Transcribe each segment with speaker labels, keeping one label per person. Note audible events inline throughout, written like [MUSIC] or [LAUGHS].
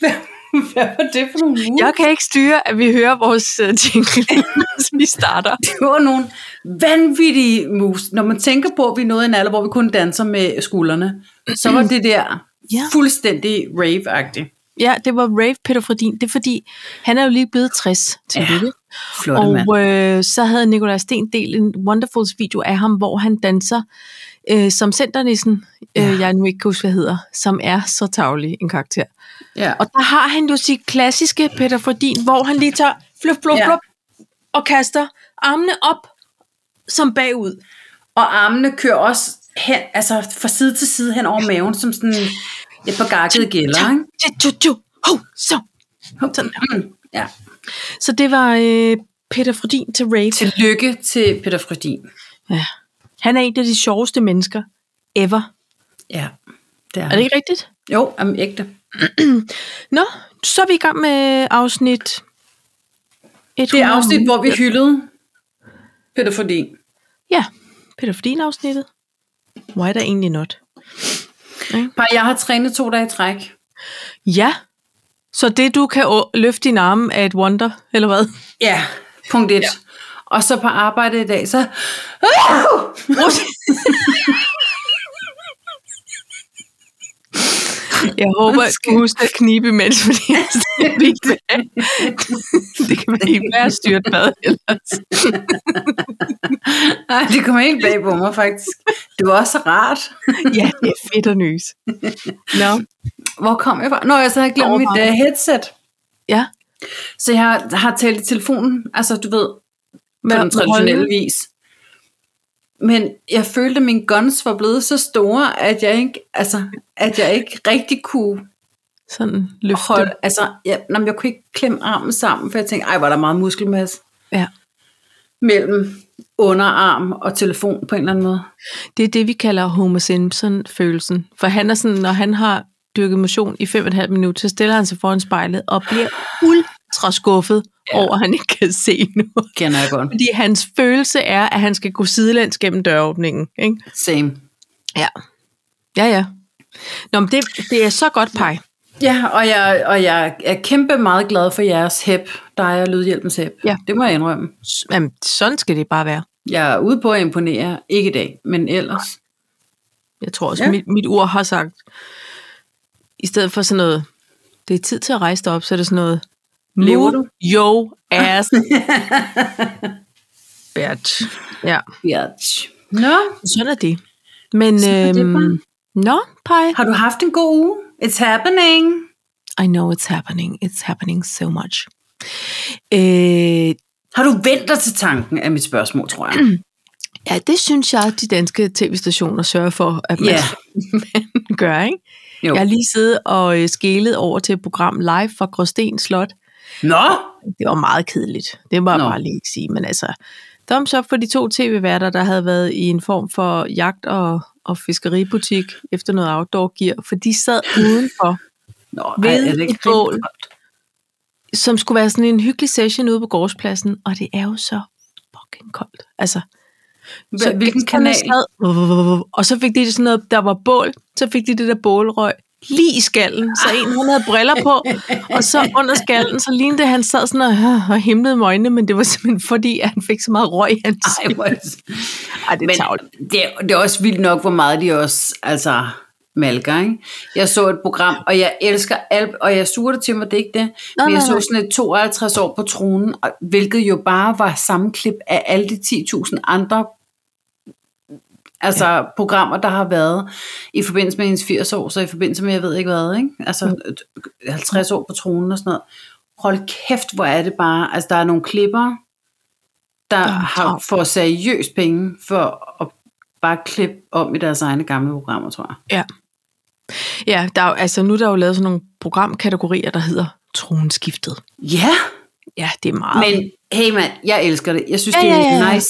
Speaker 1: Hvad, [LAUGHS] hvad var det for nogle uger?
Speaker 2: Jeg kan ikke styre, at vi hører vores uh, jingle, mens vi starter.
Speaker 1: Det var nogle vanvittige mus. Når man tænker på, at vi nåede en alder, hvor vi kun danser med skuldrene, så var det der
Speaker 2: Ja.
Speaker 1: fuldstændig rave-agtigt.
Speaker 2: Ja, det var Rave Peter Fredin. Det er fordi, han er jo lige blevet 60 til
Speaker 1: Ja,
Speaker 2: lykke.
Speaker 1: Flotte mand.
Speaker 2: Og øh, så havde Nikolaj Sten delt en Wonderfuls video af ham, hvor han danser øh, som centernissen,
Speaker 1: Ja.
Speaker 2: øh, jeg nu ikke kan huske, hvad hedder, som er så tavlig en karakter.
Speaker 1: Ja.
Speaker 2: Og der har han jo sit klassiske Peter Fordin, hvor han lige tager flup, flup,
Speaker 1: Ja.
Speaker 2: ja. flup, og kaster armene op som bagud.
Speaker 1: Og armene kører også hen, altså fra side til side hen over maven, som sådan et par gakkede gælder, ikke?
Speaker 2: Tju, tju, tju. Hov, så. Sådan der.
Speaker 1: Mm, Ja.
Speaker 2: Så det var øh, Peter Frodin til rave.
Speaker 1: Tillykke til Peter Fredin.
Speaker 2: Ja. Han er en af de sjoveste mennesker ever.
Speaker 1: Ja, det er,
Speaker 2: Er det ikke rigtigt?
Speaker 1: Jo, jamen ægte.
Speaker 2: Nå, så er vi i gang med afsnit... 100.
Speaker 1: Det er afsnit, hvor vi hyldede Peter Fredin.
Speaker 2: Ja, Peter Fordin afsnittet. Why der egentlig not?
Speaker 1: Par, jeg har trænet to dage i træk.
Speaker 2: Ja, så det du kan å- løfte din arme er et wonder, eller hvad?
Speaker 1: Ja, punkt et. Ja. Og så på arbejde i dag, så...
Speaker 2: Jeg håber, at du husker at knibe imens, fordi [LAUGHS] det, ikke være, [LAUGHS] det kan være ikke være styrt bad ellers.
Speaker 1: Ej, det kom helt bag på mig, faktisk. Det var også rart.
Speaker 2: Ja, det er fedt at nys. Nå,
Speaker 1: Hvor kom jeg fra? Nå, jeg så havde glemt mit
Speaker 2: Overvej.
Speaker 1: uh, headset.
Speaker 2: ja.
Speaker 1: Så jeg har, har talt i telefonen, altså du ved, på den traditionelle vis. Men jeg følte, at mine guns var blevet så store, at jeg ikke, altså, at jeg ikke rigtig kunne
Speaker 2: Sådan løfte.
Speaker 1: holde... Altså, jeg, når jeg kunne ikke klemme armen sammen, for jeg tænkte, ej, var der meget muskelmasse
Speaker 2: Ja.
Speaker 1: mellem underarm og telefon på en eller anden måde.
Speaker 2: Det er det, vi kalder Homer Simpson-følelsen. For han er sådan, når han har dyrket motion i 5,5 minutter, så stiller han sig foran spejlet og bliver ultra skuffet ja. over, at han ikke kan se noget.
Speaker 1: Kender jeg godt.
Speaker 2: Fordi hans følelse er, at han skal gå sidelæns gennem døråbningen. Ikke?
Speaker 1: Same.
Speaker 2: Ja. Ja, ja. Nå, men det, det er så godt, Paj.
Speaker 1: Ja, og jeg, og jeg er kæmpe meget glad for jeres hæb, dig og Lydhjælpens hæb.
Speaker 2: Ja.
Speaker 1: Det må jeg indrømme.
Speaker 2: S- Jamen, sådan skal det bare være.
Speaker 1: Jeg er ude på at imponere, ikke i dag, men ellers.
Speaker 2: Jeg tror også,
Speaker 1: Ja.
Speaker 2: ja. mit, mit ur har sagt, i stedet for sådan noget, det er tid til at rejse dig op, så er det sådan noget,
Speaker 1: Lever
Speaker 2: move
Speaker 1: du?
Speaker 2: your
Speaker 1: [LAUGHS]
Speaker 2: ass. Bitch. Ja,
Speaker 1: Ja. Nå,
Speaker 2: sådan er det. Men,
Speaker 1: Sådan er det bare.
Speaker 2: øhm, nå, Pai.
Speaker 1: har du haft en god uge? It's happening.
Speaker 2: I know it's happening. It's happening so much. Øh,
Speaker 1: Har du vendt dig til tanken af mit spørgsmål, tror jeg?
Speaker 2: ja, det synes jeg, de danske tv-stationer sørger for, at man,
Speaker 1: Ja.
Speaker 2: man [LAUGHS] gør, ikke?
Speaker 1: Jo.
Speaker 2: Jeg har lige siddet og øh, skælet over til et program live fra Gråsten Slot.
Speaker 1: Nå,
Speaker 2: Det var meget kedeligt. Det må jeg
Speaker 1: Nå.
Speaker 2: bare lige ikke sige. Men altså, thumbs up for de to tv-værter, der havde været i en form for jagt- og, og fiskeributik efter noget outdoor-gear. For de sad udenfor,
Speaker 1: Nå
Speaker 2: Ved
Speaker 1: ej, er det ikke
Speaker 2: et bål.
Speaker 1: rigtig godt?
Speaker 2: som skulle være sådan en hyggelig session ude på gårdspladsen. Og det er jo så fucking koldt. Altså,
Speaker 1: Hva- Hvilken
Speaker 2: gæsterne
Speaker 1: kanal?
Speaker 2: Sad, og så fik de sådan noget, der var bål, så fik de det der bålrøg lige i skallen, så en han havde
Speaker 1: [LAUGHS]
Speaker 2: briller på, og så under skallen, så lignede det, at han sad sådan og, øh, og himlede med øjnene, men det var simpelthen fordi, at han fik så meget røg i hans.
Speaker 1: Ej, hvor er det-
Speaker 2: Ej, det
Speaker 1: Men det, er- det er også vildt nok, hvor meget de også altså, malker. Ikke? Jeg så et program, og jeg elsker alt, og jeg suger det til mig, det er ikke det.
Speaker 2: Nej,
Speaker 1: men jeg
Speaker 2: nej,
Speaker 1: så
Speaker 2: nej.
Speaker 1: sådan et 52 år på tronen, og- hvilket jo bare var sammenklip af alle de 10.000 andre altså ja. programmer, der har været i forbindelse med hendes 80 år, så i forbindelse med, jeg ved ikke hvad, ikke?
Speaker 2: Mm.
Speaker 1: altså 50 år på tronen og sådan noget. Hold kæft, hvor er det bare, altså der er nogle klipper, der har,
Speaker 2: travlt.
Speaker 1: får seriøst penge for at bare klippe om i deres egne gamle programmer, tror jeg.
Speaker 2: Ja. Ja, der er, jo- altså nu er der jo lavet sådan nogle programkategorier, der hedder tronskiftet.
Speaker 1: Ja,
Speaker 2: Ja, det er meget.
Speaker 1: men hey mand, jeg elsker det. Jeg synes,
Speaker 2: Ja,
Speaker 1: det er
Speaker 2: ja, ja, ja.
Speaker 1: nice.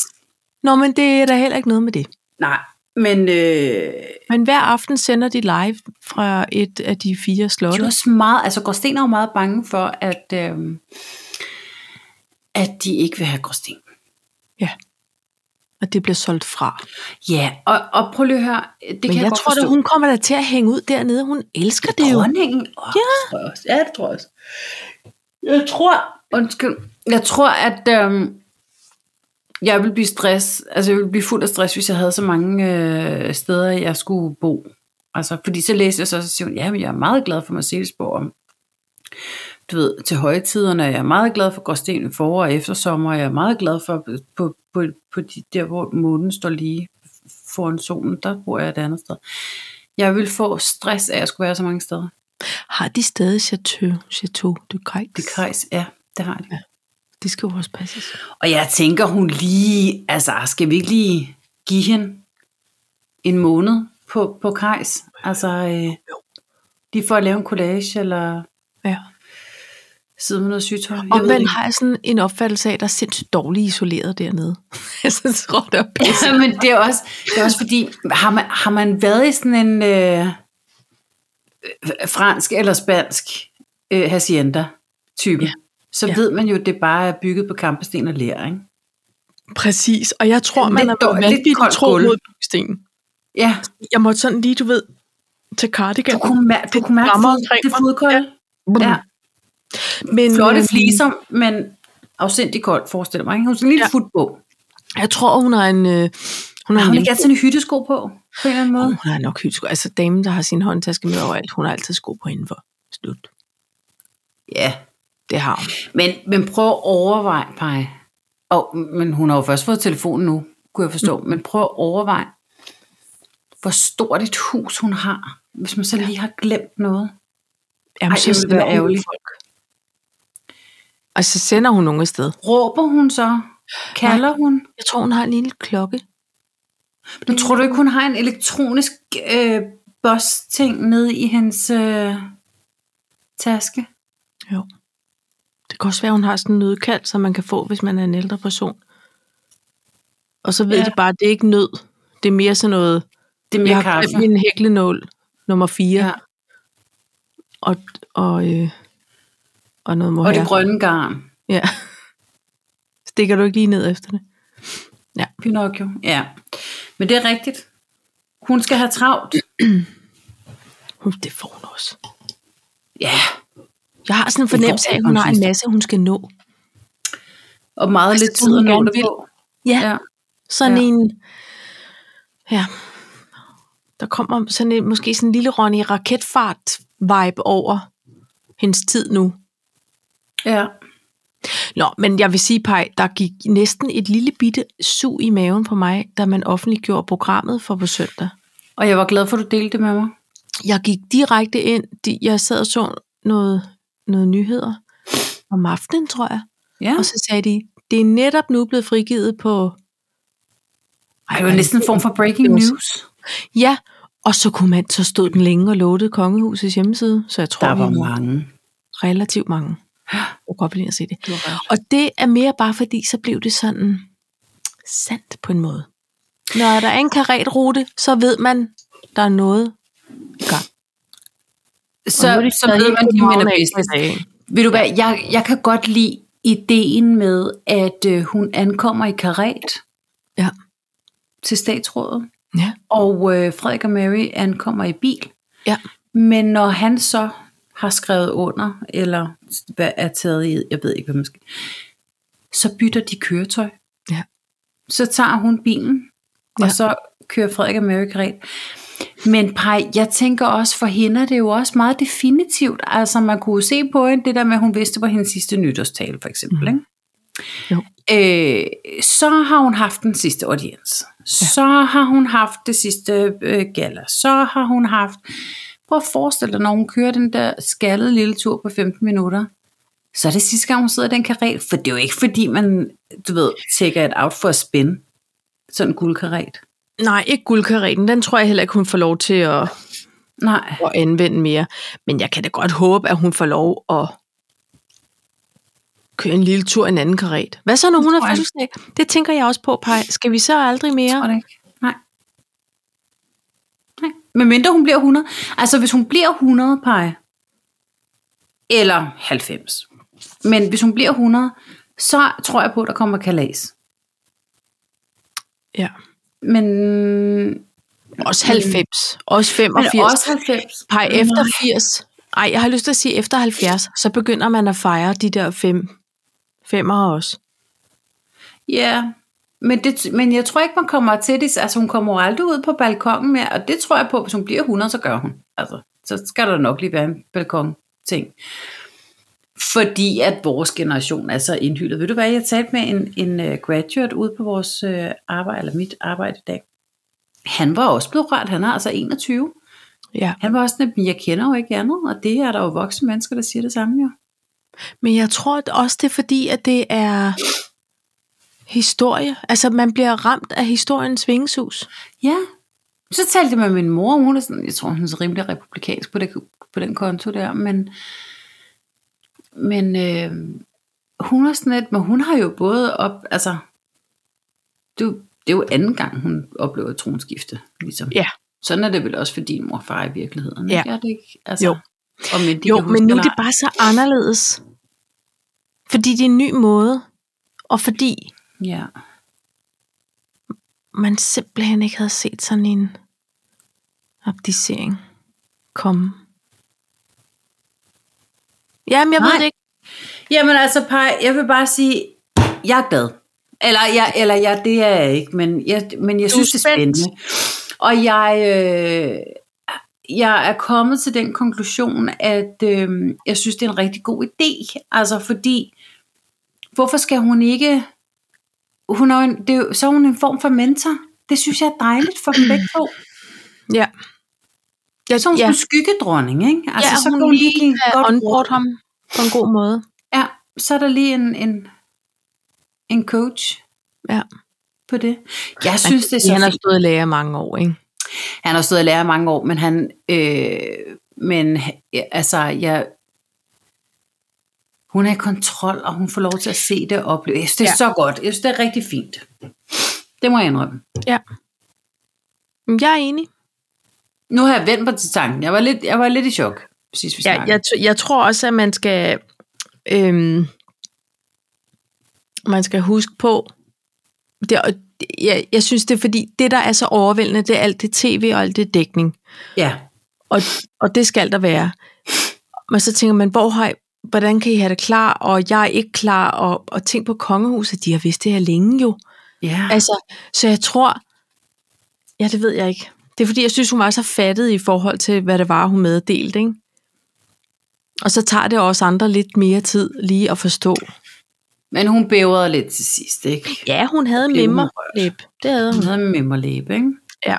Speaker 2: Nå, men det er der heller ikke noget med det.
Speaker 1: Nej, men øh,
Speaker 2: Men hver aften sender de live fra et af de fire
Speaker 1: De er
Speaker 2: slotte.
Speaker 1: også meget, altså Gråsten er jo meget bange for, at, øh, øhm, at de ikke vil have Gråsten.
Speaker 2: Ja. og det bliver solgt fra.
Speaker 1: Ja, og, og prøv lige at høre, det
Speaker 2: Det
Speaker 1: kan
Speaker 2: Men
Speaker 1: jeg,
Speaker 2: jeg
Speaker 1: godt
Speaker 2: tror,
Speaker 1: forstå.
Speaker 2: at hun kommer da til at hænge ud dernede. Hun elsker det jo.
Speaker 1: Dronningen? Oh, ja. Det tror jeg også. ja, det tror jeg også. Jeg tror... Undskyld. Jeg tror, at øhm, jeg ville blive stress. Altså, jeg ville blive fuld af stress, hvis jeg havde så mange øh, steder, jeg skulle bo. Altså, fordi så læste jeg så, og så siger hun, ja, men jeg er meget glad for Marcelsborg. om- Du ved, til højtiderne, jeg er meget glad for Gråsten i forår og eftersommer, jeg er meget glad for øh, på, på, på de der, hvor månen står lige foran solen, der bor jeg et andet sted. Jeg vil få stress af at skulle være så mange steder.
Speaker 2: Har de stadig Chateau, Chateau du Krejs?
Speaker 1: Det krejs, ja, det har de.
Speaker 2: Det skal jo også passes.
Speaker 1: Og jeg tænker, hun lige, altså skal vi ikke lige give hende en måned på, på krejs? Altså, øh, lige for at lave en collage, eller
Speaker 2: Ja.
Speaker 1: sidde med noget sygtøj. Jeg ved
Speaker 2: Omvendt
Speaker 1: ikke.
Speaker 2: har jeg sådan en opfattelse af, at der er sindssygt dårligt isoleret dernede. [LAUGHS] jeg synes, tror, der er
Speaker 1: [LAUGHS]
Speaker 2: pisse.
Speaker 1: Ja, men det er også, det er også fordi, har man, har man været i sådan en øh, øh, fransk eller spansk øh, hacienda-type,
Speaker 2: Ja.
Speaker 1: ja. så
Speaker 2: Ja.
Speaker 1: ja. ved man jo, at det bare er bygget på kampesten og ler, ikke?
Speaker 2: Præcis, og jeg tror, man
Speaker 1: Lidt
Speaker 2: har
Speaker 1: dårligt,
Speaker 2: været vanvittigt
Speaker 1: koldt
Speaker 2: tro
Speaker 1: gulv.
Speaker 2: mod bysten.
Speaker 1: Ja,
Speaker 2: Jeg måtte sådan lige, du ved, tage cardigan.
Speaker 1: du kunne, mær- du
Speaker 2: Det
Speaker 1: kunne mærke
Speaker 2: rammer
Speaker 1: fod-
Speaker 2: omkring
Speaker 1: det
Speaker 2: mig.
Speaker 1: fodkolde. Ja. ja.
Speaker 2: Men,
Speaker 1: flotte
Speaker 2: øhm,
Speaker 1: fliser, men afsindig koldt, forestiller mig. Ikke? Hun har sådan en lille
Speaker 2: Ja.
Speaker 1: ja. fut på.
Speaker 2: Jeg tror, hun har en... Øh, hun har
Speaker 1: Har
Speaker 2: en
Speaker 1: hun ikke
Speaker 2: hjemme-
Speaker 1: altid en hyttesko på, på en eller anden måde?
Speaker 2: hun har nok hyldsko. Altså damen, der har sin håndtaske med overalt, hun har altid sko på indenfor. Slut.
Speaker 1: Ja,
Speaker 2: Det har hun.
Speaker 1: men, men prøv at overveje, Paj. Og, men hun har jo først fået telefonen nu, kunne jeg forstå. Mm. Men prøv at overveje, hvor stort et hus hun har, hvis man så lige har glemt noget.
Speaker 2: Jamen,
Speaker 1: Ej,
Speaker 2: så
Speaker 1: det ville
Speaker 2: sender
Speaker 1: være
Speaker 2: hun
Speaker 1: ærgerligt.
Speaker 2: folk. Og så sender hun nogen afsted.
Speaker 1: Råber hun så? Kalder
Speaker 2: Nej.
Speaker 1: hun?
Speaker 2: Jeg tror, hun har en lille klokke.
Speaker 1: Men tror du ikke, hun har en elektronisk øh, boss-ting nede i hendes øh, taske?
Speaker 2: Jo. Det kan også være, hun har sådan en nødkald, som man kan få, hvis man er en ældre person. Og så ved ja.
Speaker 1: Ja.
Speaker 2: de bare, at det er ikke nød. Det er mere sådan noget,
Speaker 1: Det er
Speaker 2: jeg
Speaker 1: mere
Speaker 2: har
Speaker 1: kaffe.
Speaker 2: glemt min hæklenål nummer 4, ja.
Speaker 1: Ja.
Speaker 2: og, og, øh, og noget må
Speaker 1: Og det grønne garn.
Speaker 2: Ja. Stikker du ikke lige ned efter det?
Speaker 1: Pinocchio, ja. Men det er rigtigt. Hun skal have travlt.
Speaker 2: Hun, det får hun også.
Speaker 1: Ja,
Speaker 2: Jeg har sådan en
Speaker 1: får
Speaker 2: fornemmelse af, at hun
Speaker 1: hun,
Speaker 2: har en
Speaker 1: synes jeg.
Speaker 2: masse, hun skal nå.
Speaker 1: og meget
Speaker 2: Altså,
Speaker 1: lidt
Speaker 2: hun
Speaker 1: tid at nå
Speaker 2: gerne
Speaker 1: det
Speaker 2: vil.
Speaker 1: på.
Speaker 2: Ja, ja.
Speaker 1: Ja.
Speaker 2: sådan ja.
Speaker 1: ja.
Speaker 2: en... Ja. Der kommer sådan en, måske sådan en lille Ronny raketfart-vibe over hendes tid nu.
Speaker 1: ja.
Speaker 2: Nå, men jeg vil sige, Paj, der gik næsten et lille bitte sug i maven på mig, da man offentliggjorde programmet for på søndag.
Speaker 1: Og jeg var glad for, at du delte det med mig.
Speaker 2: Jeg gik direkte ind, de- jeg sad og så noget, noget nyheder om aftenen, tror jeg.
Speaker 1: Ja.
Speaker 2: Og så sagde de, det er netop nu blevet frigivet på...
Speaker 1: Ej, det var næsten en form for breaking
Speaker 2: Det var-
Speaker 1: news.
Speaker 2: Ja, og så kunne man, så stod den længe og låtede kongehusets hjemmeside, så jeg tror,
Speaker 1: Der var
Speaker 2: vi var
Speaker 1: mange.
Speaker 2: relativt
Speaker 1: [GASPS]
Speaker 2: mange. Jeg kunne godt lide at se det.
Speaker 1: Du har ret.
Speaker 2: Og det er mere bare fordi, så blev det sådan sandt på en måde. Når der er en karetrute, så ved man, der er noget i gang.
Speaker 1: Så, så ved man, de mener bedst. Ved du hvad, jeg, jeg kan godt lide ideen med, at øh, hun ankommer i karet
Speaker 2: Ja.
Speaker 1: til statsrådet.
Speaker 2: Ja.
Speaker 1: Og øh, Frederik og Mary ankommer i bil.
Speaker 2: Ja.
Speaker 1: Men når han så har skrevet under, eller hvad er taget i, jeg ved ikke, hvad man skal, så bytter de køretøj.
Speaker 2: Ja.
Speaker 1: Så tager hun bilen, og
Speaker 2: Ja.
Speaker 1: så kører Frederik og Mary karet. Men Pej, jeg tænker også, for hende er det jo også meget definitivt. Altså, man kunne jo se på hende, det der med, at hun vidste på hendes sidste nytårstale, for eksempel.
Speaker 2: Mhm.
Speaker 1: Ikke? Øh, så har hun haft den sidste audiens. Så har hun haft det sidste øh, gala. Så har hun haft... Prøv at forestille dig, når hun kører den der skaldede lille tur på 15 minutter. Så er det sidste gang, hun sidder i den karet. For det er jo ikke, fordi man, du ved, tækker et out for at spænde. Sådan en guldkaret.
Speaker 2: Nej, ikke guldkaretten. Den tror jeg heller ikke, hun får lov til at,
Speaker 1: Nej.
Speaker 2: at anvende mere. Men jeg kan da godt håbe, at hun får lov at køre en lille tur i en anden karet. Hvad så, når hun har
Speaker 1: tror jeg.
Speaker 2: fødselsdag? Det tænker jeg også på, Paj. Skal vi så aldrig
Speaker 1: tror
Speaker 2: mere?
Speaker 1: det ikke. Nej. Nej. Men mindre hun bliver 100. Altså, hvis hun bliver 100, pege. Eller 90. Men hvis hun bliver 100, så tror jeg på, at der kommer kalas.
Speaker 2: Ja.
Speaker 1: Men,
Speaker 2: Også 90. Også
Speaker 1: men
Speaker 2: 85.
Speaker 1: også 90.
Speaker 2: Pej efter 80. Ej, jeg har lyst til at sige efter 70. Så begynder man at fejre de der fem. Femmer også.
Speaker 1: Ja, men, det, men jeg tror ikke, man kommer til det. Altså, hun kommer jo aldrig ud på balkongen mere, og det tror jeg på, hvis hun bliver 100, så gør hun. Altså, så skal der nok lige være en balkon-ting. Fordi at vores generation er så indhyldet. Ved du hvad, jeg talte med en, en øh, graduate ude på vores øh, arbejde, eller mit arbejde i dag. Han var også blevet rørt, han er altså 21.
Speaker 2: Ja.
Speaker 1: Han var også sådan, "Men jeg kender jo ikke andet, og det er der jo voksne mennesker, der siger det samme jo.
Speaker 2: Men jeg tror at også, det er fordi, at det er historie. Altså, man bliver ramt af historiens vingesus.
Speaker 1: Ja. Så talte jeg med min mor, og hun er sådan, jeg tror, hun er så rimelig republikansk på, det, på den konto der, men, men øh, hun er sådan lidt, men hun har jo både op, altså, det, er jo- det er jo anden gang, hun oplever et tronskifte, ligesom.
Speaker 2: Ja.
Speaker 1: Sådan er det vel også for din mor og far i virkeligheden,
Speaker 2: Ja.
Speaker 1: ikke? Er det ikke? Altså,
Speaker 2: Jo.
Speaker 1: Og men de
Speaker 2: jo,
Speaker 1: kan huske
Speaker 2: men nu er
Speaker 1: eller
Speaker 2: det bare så anderledes. Fordi det er en ny måde. Og fordi
Speaker 1: ej. Ja.
Speaker 2: man simpelthen ikke havde set sådan en abdicering komme. Jamen, jeg Nej.
Speaker 1: Nej.
Speaker 2: ved det ikke.
Speaker 1: Jamen altså, Paj, jeg vil bare sige, jeg er glad. Eller, jeg, eller jeg, det er jeg ikke, men jeg, men jeg
Speaker 2: Du er
Speaker 1: synes, det er
Speaker 2: spændt.
Speaker 1: spændende. Og jeg, øh, jeg er kommet til den konklusion, at øh, jeg synes, det er en rigtig god idé. Altså fordi, hvorfor skal hun ikke... Hun er jo en, det er jo, så er hun en form for mentor. Det synes jeg er dejligt for dem begge to.
Speaker 2: Ja. Ja,
Speaker 1: Så er hun ja.
Speaker 2: ja.
Speaker 1: en skyggedronning, ikke?
Speaker 2: Altså, ja, så
Speaker 1: kan
Speaker 2: hun lige øh,
Speaker 1: give et
Speaker 2: kan
Speaker 1: godt
Speaker 2: onboard
Speaker 1: råd.
Speaker 2: ham på en god måde.
Speaker 1: Ja, så er der lige en, en, en coach
Speaker 2: Ja.
Speaker 1: på det. Jeg synes, det er så
Speaker 2: han har
Speaker 1: fint.
Speaker 2: stået i lære mange år, ikke?
Speaker 1: Han har stået og lærer mange år, men han... Øh, men øh, altså, jeg... Hun er i kontrol, og hun får lov til at se det og opleve. Jeg synes, det er
Speaker 2: Ja.
Speaker 1: ja. så godt. Jeg synes, det er rigtig fint. Det må jeg indrømme.
Speaker 2: Men Jeg er enig.
Speaker 1: Nu har jeg vendt mig til tanken. Jeg var lidt, jeg var lidt i chok, sidst vi
Speaker 2: Ja,
Speaker 1: snakkede.
Speaker 2: jeg, t- jeg tror også, at man skal, øhm, man skal huske på, det, er- jeg, jeg synes det er fordi, det der er så overvældende, det er alt det tv og alt det dækning.
Speaker 1: ja.
Speaker 2: Og, og det skal der være. Men så tænker man, hvor har I, hvordan kan I have det klar, og jeg er ikke klar, og, og tænk på kongehuset, de har vidst det her længe jo.
Speaker 1: ja.
Speaker 2: Altså, så jeg tror, ja, det ved jeg ikke. Det er fordi, jeg synes, hun var så fattet i forhold til, hvad det var, hun meddelte, ikke? Og så tager det også andre lidt mere tid lige at forstå.
Speaker 1: Men hun bævrede lidt til sidst, ikke?
Speaker 2: Ja, hun havde
Speaker 1: Blev hun
Speaker 2: mimmer.
Speaker 1: rørt?
Speaker 2: Læb. Det havde hun.
Speaker 1: Hun havde med mig læbe, ikke?
Speaker 2: Ja.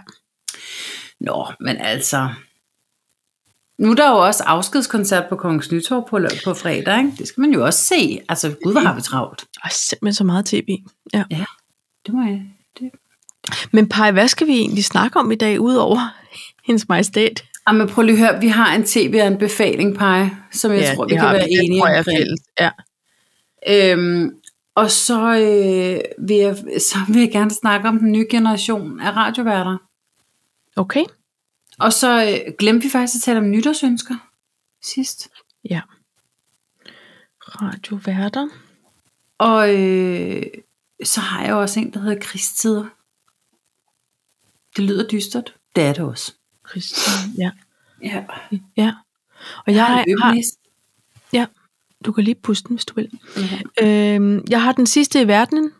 Speaker 1: Nå, men altså... Nu er der jo også afskedskoncert på Kongens Nytorv på, lø- på fredag, ikke? Det skal man jo også se. Altså, gud, hvor har vi travlt.
Speaker 2: Og simpelthen så meget tv. Ja.
Speaker 1: Det må jeg... Det.
Speaker 2: Men Paj, hvad skal vi egentlig snakke om i dag, udover [LAUGHS] hendes majestæt?
Speaker 1: Ah, men prøv lige at høre, vi har en tv-anbefaling, Paj, som jeg ja, tror, vi kan være enige omkring.
Speaker 2: Ja.
Speaker 1: Øhm, og så, øh, vil jeg, så vil jeg gerne snakke om den nye generation af radioværter.
Speaker 2: Okay.
Speaker 1: Og så øh, glemte vi faktisk at tale om nytårsønsker sidst.
Speaker 2: Ja. Radioværter.
Speaker 1: Og øh, så har jeg også en, der hedder Krigstider. Det lyder dystert. Det er det også.
Speaker 2: Christian. Ja.
Speaker 1: Ja.
Speaker 2: ja. Og jeg har, har
Speaker 1: Øbenæs.
Speaker 2: Ja, du kan lige puste den, hvis du vil.
Speaker 1: Mhm.
Speaker 2: Øhm, jeg har den sidste i verdenen.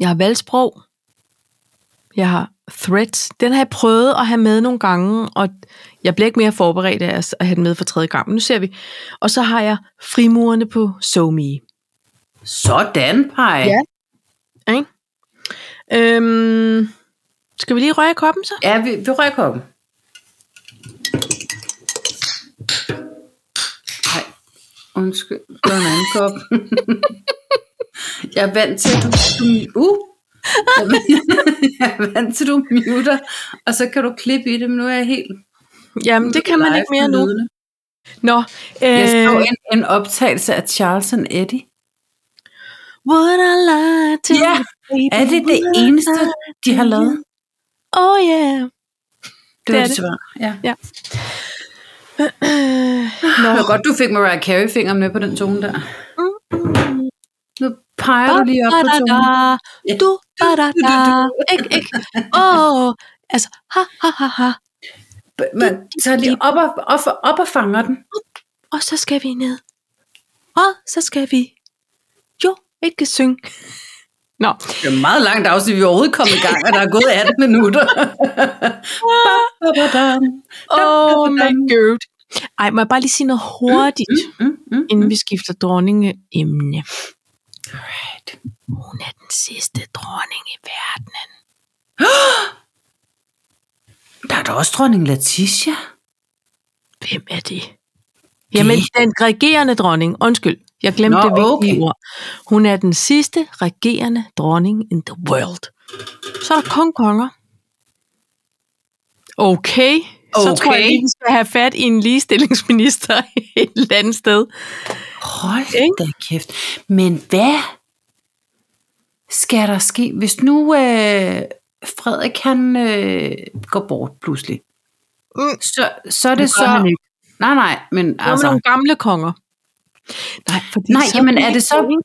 Speaker 2: Jeg har valgsprog. Jeg har threads. Den har jeg prøvet at have med nogle gange, og jeg bliver ikke mere forberedt af at have den med for tredje gang. Men nu ser vi. Og så har jeg frimurerne på SoMe.
Speaker 1: Sådan, Paj.
Speaker 2: Ja. Øhm, skal vi lige røre i koppen så?
Speaker 1: ja, vi, vi rører koppen. Nej, undskyld. Det var en anden kop. jeg er vant til, at du... du uh! Jeg er vant [LAUGHS] til, at du muter, og så kan du klippe i det, men nu er jeg helt...
Speaker 2: Jamen, det kan man ikke mere nu.
Speaker 1: Lydende.
Speaker 2: Nå,
Speaker 1: Jeg så
Speaker 2: øh,
Speaker 1: en, en optagelse af Charles and Eddie.
Speaker 2: would I lie to
Speaker 1: Ja,
Speaker 2: you,
Speaker 1: Er det det
Speaker 2: baby? Would I
Speaker 1: eneste,
Speaker 2: lie?
Speaker 1: de har lavet?
Speaker 2: Oh yeah.
Speaker 1: Det
Speaker 2: er
Speaker 1: var det
Speaker 2: det.
Speaker 1: svar. Ja.
Speaker 2: Øh,
Speaker 1: Det var godt, du fik Mariah Carey-fingrene med på den tone der. Nu peger du lige op på tungen.
Speaker 2: tungen. Du, da, da, da.
Speaker 1: [LAUGHS]
Speaker 2: Ikke, ikke. Åh, altså, ha, ha, ha, ha.
Speaker 1: Man tager lige op og, op, og- op og fanger den.
Speaker 2: Og så skal vi ned. Og så skal vi jo ikke synge. Nå,
Speaker 1: Det er en meget langt afsnit, vi er overhovedet kommet i gang, og der er gået 18 minutter. [LAUGHS]
Speaker 2: åh, oh, my god. Ej, må jeg bare lige sige noget hurtigt,
Speaker 1: Mm, mm.
Speaker 2: inden vi skifter dronningeemne. Hun er den sidste dronning i verden.
Speaker 1: Der er da også dronning Letitia.
Speaker 2: Hvem er det? Jamen, den regerende dronning. Undskyld, jeg glemte
Speaker 1: Nå,
Speaker 2: det vigtige
Speaker 1: okay.
Speaker 2: ord. Hun er den sidste regerende dronning in the world. Så er der kun konger. Okay, så tror jeg
Speaker 1: Okay.
Speaker 2: lige, vi skal have fat i en ligestillingsminister [LAUGHS] et eller andet sted.
Speaker 1: Hold
Speaker 2: Ikke?
Speaker 1: da kæft. Men hvad skal der ske, hvis nu øh, Frederik han øh, går bort pludselig?
Speaker 2: Mm.
Speaker 1: Så, så er det,
Speaker 2: Det gør
Speaker 1: så...
Speaker 2: han ikke.
Speaker 1: Nej, nej, men
Speaker 2: Altså.
Speaker 1: altså...
Speaker 2: nogle gamle konger. Nej, fordi
Speaker 1: Nej,
Speaker 2: så
Speaker 1: jamen er det så...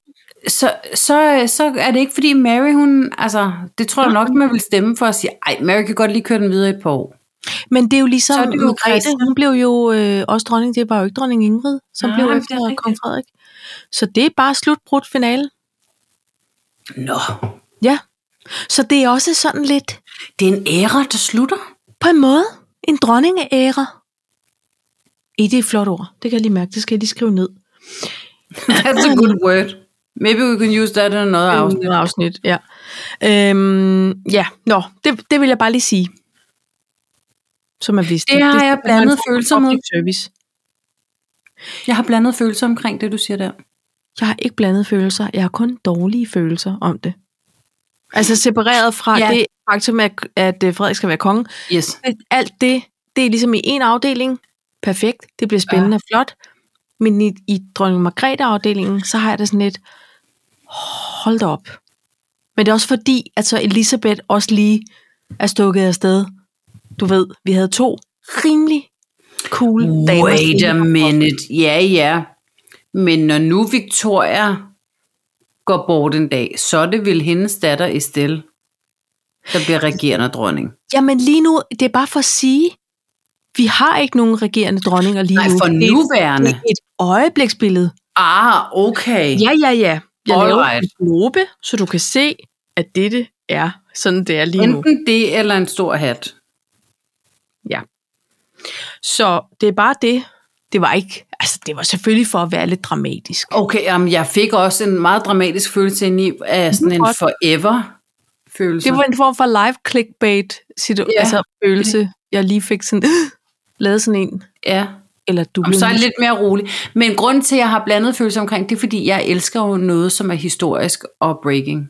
Speaker 1: Så, så, så er det ikke fordi Mary hun, altså det tror jeg nok man vil stemme for at sige, ej Mary kan godt lige køre den videre i et par år.
Speaker 2: Men det er jo ligesom,
Speaker 1: Så er det jo
Speaker 2: Margrethe,
Speaker 1: Græse.
Speaker 2: hun blev jo øh, også dronning, det var jo ikke dronning Ingrid, som
Speaker 1: Nej,
Speaker 2: blev
Speaker 1: det er
Speaker 2: efter
Speaker 1: rigtigt.
Speaker 2: kong Frederik. Så det er bare slutbrudt finale.
Speaker 1: Nå,
Speaker 2: Ja. Så det er også sådan lidt,
Speaker 1: det er en æra, der slutter.
Speaker 2: på en måde, en dronningeære. I det er et flot ord. Det kan jeg lige mærke. Det skal jeg lige skrive ned.
Speaker 1: That's [LAUGHS] a good word. Maybe we can use that in another afsnit.
Speaker 2: Afsnit. Øh, afsnit ja. Øhm, ja, nå, det, det vil jeg bare lige sige. Så man vidste.
Speaker 1: Det har jeg
Speaker 2: er en
Speaker 1: blandet
Speaker 2: form for
Speaker 1: følelser med.
Speaker 2: public Service.
Speaker 1: Jeg har blandet følelser omkring det, du siger der.
Speaker 2: Jeg har ikke blandet følelser. Jeg har kun dårlige følelser om det. Altså separeret fra
Speaker 1: Ja.
Speaker 2: ja. det faktum, at, at øh, Frederik skal være konge.
Speaker 1: Yes.
Speaker 2: Men Alt det, det er ligesom i en afdeling. Perfekt. Det bliver spændende og flot. Men i, i dronning Margrethe-afdelingen, så har jeg det sådan lidt, hold da op. Men det er også fordi, at så Elisabeth også lige er stukket afsted. Du ved, vi havde to rimelig cool damer.
Speaker 1: Wait a minute. Ja, ja. Men når nu Victoria går bort en dag, så er det vel hendes datter Estelle, der bliver regerende dronning.
Speaker 2: Jamen lige nu, det er bare for at sige, vi har ikke nogen regerende dronninger lige
Speaker 1: Nej,
Speaker 2: nu.
Speaker 1: for
Speaker 2: Det er-
Speaker 1: nuværende.
Speaker 2: Det er et øjebliksbillede.
Speaker 1: Ah, okay.
Speaker 2: Ja, ja, ja. Jeg
Speaker 1: All
Speaker 2: laver
Speaker 1: right.
Speaker 2: en globe, så du kan se, at dette er sådan, det er lige nu.
Speaker 1: Enten det eller en stor hat.
Speaker 2: Så det er bare det. Det var ikke, altså det var selvfølgelig for at være lidt dramatisk.
Speaker 1: Okay, jamen, jeg fik også en meget dramatisk følelse ind i, af sådan en
Speaker 2: Godt.
Speaker 1: forever følelse.
Speaker 2: Det var en form for live clickbait situ-
Speaker 1: Ja.
Speaker 2: ja. altså, følelse. Jeg lige fik sådan, [LAUGHS] lavet sådan en,
Speaker 1: ja.
Speaker 2: eller du
Speaker 1: Jamen,
Speaker 2: blev
Speaker 1: så er jeg
Speaker 2: lige-
Speaker 1: lidt mere rolig. Men grunden til, at jeg har blandet følelser omkring, det er, fordi jeg elsker jo noget, som er historisk og breaking.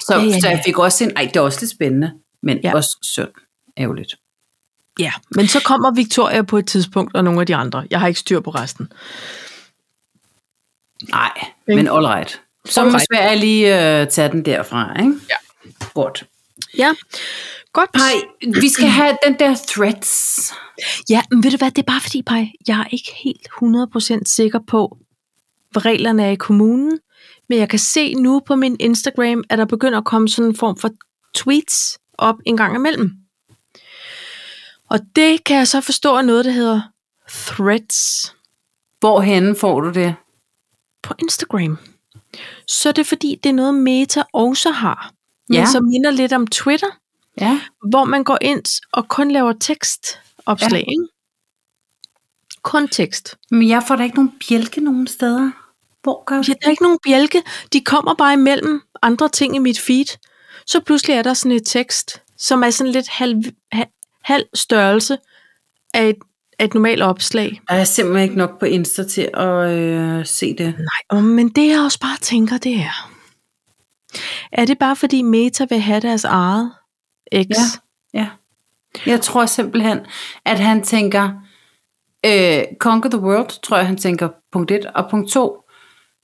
Speaker 1: Så, ja, ja, ja. så jeg fik også en, ej, det er også lidt spændende, men ja.
Speaker 2: Ja.
Speaker 1: også synd. Ærgerligt.
Speaker 2: Ja, men så kommer Victoria på et tidspunkt, og nogle af de andre. Jeg har ikke styr på resten.
Speaker 1: Nej, men all right. Så må
Speaker 2: Alright.
Speaker 1: Sverige lige øh, tage den derfra, ikke?
Speaker 2: Ja.
Speaker 1: Godt.
Speaker 2: Ja. Godt.
Speaker 1: Pej, vi skal have den der threads.
Speaker 2: Ja, men ved du hvad, det er bare fordi, Paj, jeg er ikke helt 100% sikker på, hvad reglerne er i kommunen, men jeg kan se nu på min Instagram, at der begynder at komme sådan en form for tweets op en gang imellem. Og det kan jeg så forstå er noget, der hedder threads
Speaker 1: Hvorhenne får du det?
Speaker 2: på Instagram. Så er det fordi, det er noget, Meta også har, men
Speaker 1: Ja.
Speaker 2: ja. som minder lidt om Twitter,
Speaker 1: Ja.
Speaker 2: hvor man går ind og kun laver tekstopslag. Ja. Kun tekst.
Speaker 1: Men jeg får da ikke nogen bjælke nogen steder. Hvor gør
Speaker 2: Ja,
Speaker 1: du
Speaker 2: der er ikke nogen bjælke. De kommer bare imellem andre ting i mit feed. Så pludselig er der sådan et tekst, som er sådan lidt halv, halv, halv størrelse af et, af et normalt opslag.
Speaker 1: Jeg er simpelthen ikke nok på Insta til at øh, se det.
Speaker 2: Nej, åh, men det jeg også bare tænker, det er... Er det bare fordi Meta vil have deres eget X?
Speaker 1: Ja. Ja. Jeg tror simpelthen, at han tænker, øh, conquer the world, tror jeg, han tænker, punkt et. Og punkt to,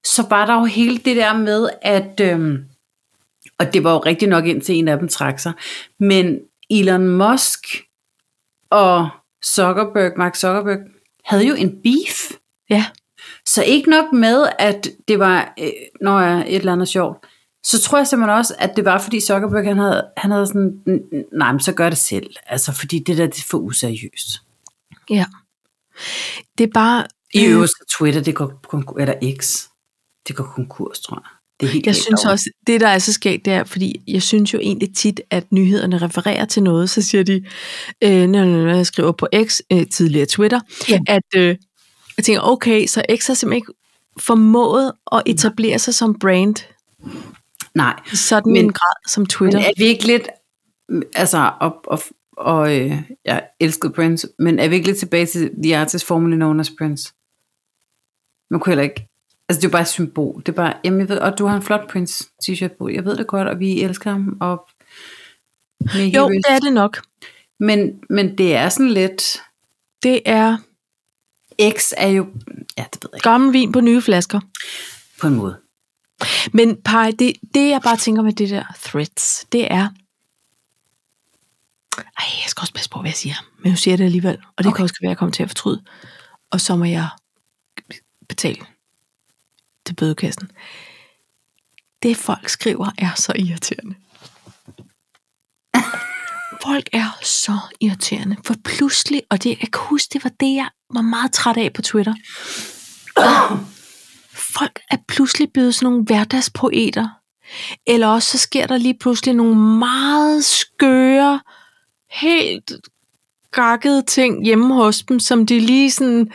Speaker 1: så var der jo hele det der med, at, øh, og det var jo rigtig nok indtil en af dem trak sig, men Elon Musk og Zuckerberg, Mark Zuckerberg, havde jo en beef.
Speaker 2: ja.
Speaker 1: Så ikke nok med, at det var, øh, når jeg et eller andet sjovt, så tror jeg simpelthen også, at det var fordi Zuckerberg, han havde, han havde sådan, "N- nej, men så gør det selv. Altså, fordi det der, det er for useriøst.
Speaker 2: Ja. Det er bare...
Speaker 1: I øvrigt, så Twitter, det går konkurs, eller X, det går konkurs, tror jeg. Det er helt
Speaker 2: Jeg
Speaker 1: galt
Speaker 2: synes
Speaker 1: over.
Speaker 2: også, det der er så skægt, det er, fordi jeg synes jo egentlig tit, at nyhederne refererer til noget, så siger de, øh, når jeg skriver på X, øh, tidligere Twitter,
Speaker 1: Ja.
Speaker 2: ja. at øh, jeg tænker, okay, så X har simpelthen ikke formået at etablere sig som brand
Speaker 1: Nej,
Speaker 2: i sådan
Speaker 1: Men-
Speaker 2: Men, en grad som Twitter.
Speaker 1: men er vi ikke lidt, mm, altså, og, og, og øh, jeg elskede Prince, men er vi ikke lidt tilbage til The Artist Formerly Known as Prince? Man kunne heller ikke, altså det er jo bare et symbol, det er bare, jamen jeg ved, og du har en flot Prince t-shirt på, jeg ved det godt, og vi elsker ham, og med
Speaker 2: jo,
Speaker 1: heroes.
Speaker 2: det er det nok.
Speaker 1: Men, men det er sådan lidt...
Speaker 2: Det er
Speaker 1: X er jo... Ja, det ved jeg ikke.
Speaker 2: gammel vin på nye flasker.
Speaker 1: På en måde.
Speaker 2: Men Paj, det, det jeg bare tænker med det der threads, det er... Ej, jeg skal også passe på, hvad jeg siger. Men nu siger jeg det alligevel. Og det okay.
Speaker 1: Okay.
Speaker 2: kan også være, at jeg kommer til at fortryde. Og så må jeg betale til bødekassen. Det folk skriver er så irriterende. Folk er så irriterende. For pludselig, og det, jeg kan huske, det var det, jeg var meget træt af på Twitter folk er pludselig blevet sådan nogle hverdagspoeter. Eller også så sker der lige pludselig nogle meget skøre, helt gakkede ting hjemme hos dem, som de lige sådan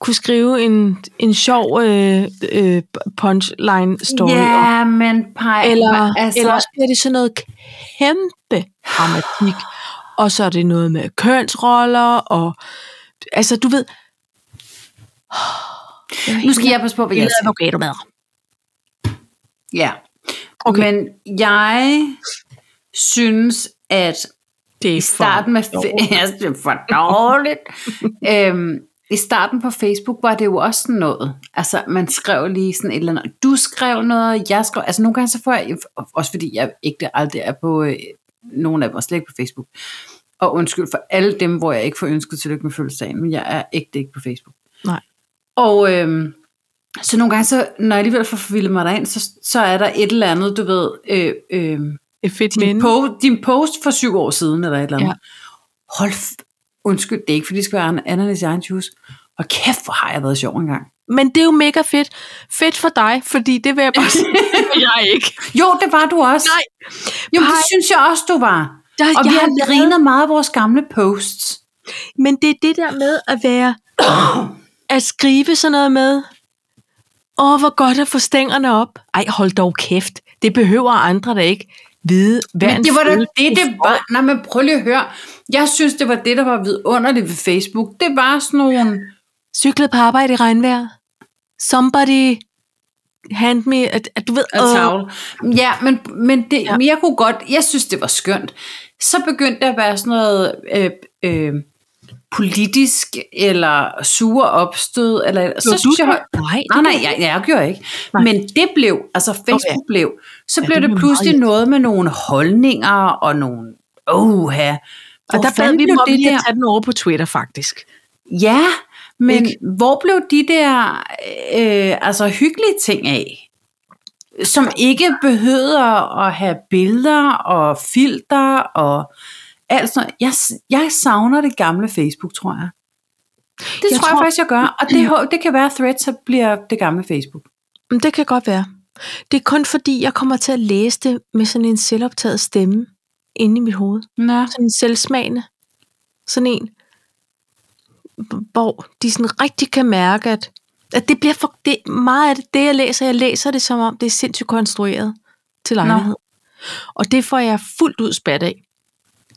Speaker 2: kunne skrive en, en sjov øh, øh, punchline-story om.
Speaker 1: Ja, men pej...
Speaker 2: Eller,
Speaker 1: altså,
Speaker 2: altså, eller også bliver det sådan noget kæmpe dramatik. Og så er det noget med kønsroller, og altså du ved...
Speaker 1: nu skal jeg passe på, hvad jeg siger.
Speaker 2: advokat med.
Speaker 1: Ja. Okay.
Speaker 2: Okay.
Speaker 1: Men jeg synes, at
Speaker 2: Det er
Speaker 1: i starten med... [LAUGHS] Ja, det er for dårligt. øhm, I starten på Facebook var det jo også sådan noget. Altså, man skrev lige sådan et eller andet. Du skrev noget, jeg skrev... Altså, nogle gange så får jeg... Også fordi jeg ikke aldrig er på... Øh, nogen af dem, og slet ikke på Facebook. Og undskyld for alle dem, hvor jeg ikke får ønsket tillykke med fødselsdagen, men jeg er ægte ikke på Facebook.
Speaker 2: Nej.
Speaker 1: Og øhm, så nogle gange, så, når jeg alligevel får forvildet mig derind, så, så er der et eller andet, du ved... Øh, øh,
Speaker 2: Et fedt
Speaker 1: din,
Speaker 2: minde.
Speaker 1: po- din post for syv år siden, eller et eller andet. Ja.
Speaker 2: Ja.
Speaker 1: Hold f- Undskyld, det er ikke, fordi det skal være an- ananas i egen juice. Og kæft, hvor har jeg været sjov engang.
Speaker 2: Men det er jo mega fedt. Fedt for dig, fordi det vil jeg [LAUGHS] bare sige, det vil jeg ikke.
Speaker 1: Jo, det var du også.
Speaker 2: Nej.
Speaker 1: jo, men det
Speaker 2: Pej.
Speaker 1: synes jeg også, du var.
Speaker 2: Der,
Speaker 1: Og vi har
Speaker 2: lavet-
Speaker 1: grinet meget af vores gamle posts.
Speaker 2: Men det er det der med at være... at skrive sådan noget med... Åh, oh, hvor godt at få stængerne op. Ej, hold dog kæft. Det behøver andre da ikke vide. Hvad
Speaker 1: Men
Speaker 2: en
Speaker 1: det var da
Speaker 2: fed-
Speaker 1: det, det var. Nej, men prøv lige at høre. Jeg synes, det var det, der var vidunderligt ved Facebook. Det var sådan nogle...
Speaker 2: Cyklede på arbejde i regnvejr. Somebody hand me... At, at, du ved,
Speaker 1: og
Speaker 2: åh.
Speaker 1: tavle. Ja, men, men, det, ja.
Speaker 2: Ja.
Speaker 1: men jeg kunne godt, jeg synes, det var skønt. Så begyndte der at være sådan noget øh, øh, politisk, eller sure opstød, eller så
Speaker 2: Gjorde
Speaker 1: synes
Speaker 2: du
Speaker 1: jeg,
Speaker 2: det? Nej,
Speaker 1: nej,
Speaker 2: det
Speaker 1: nej, jeg, jeg gjorde ikke. Nej.
Speaker 2: Nej.
Speaker 1: Men det blev, altså Facebook okay. blev, så ja, blev
Speaker 2: det
Speaker 1: det,
Speaker 2: blev
Speaker 1: pludselig
Speaker 2: meget
Speaker 1: noget med nogle holdninger, og nogle, oha,
Speaker 2: Og
Speaker 1: Hvor
Speaker 2: der bad
Speaker 1: fanden
Speaker 2: vi dem
Speaker 1: blev
Speaker 2: om,
Speaker 1: det
Speaker 2: lige
Speaker 1: der?
Speaker 2: at tage den over på Twitter, faktisk.
Speaker 1: Ja, men
Speaker 2: Ikke?
Speaker 1: hvor blev de der øh, altså hyggelige ting af? Som ikke behøver at have billeder og filter og alt sådan noget. Jeg, jeg savner det gamle Facebook, tror jeg. Det jeg tror Mm. jeg
Speaker 2: tror-
Speaker 1: faktisk, jeg gør. Og det, hå- det kan være, at Threads så bliver det gamle Facebook.
Speaker 2: Men det kan godt være. Det er kun fordi, jeg kommer til at læse det med sådan en selvoptaget stemme inde i mit hoved.
Speaker 1: Nå.
Speaker 2: Sådan en selvsmagende. Sådan en, hvor de sådan rigtig kan mærke, at, at det bliver for, det, meget af det, det, jeg læser, jeg læser det som om, det er sindssygt konstrueret til lejlighed. Nå. Og det får jeg fuldt ud spat af.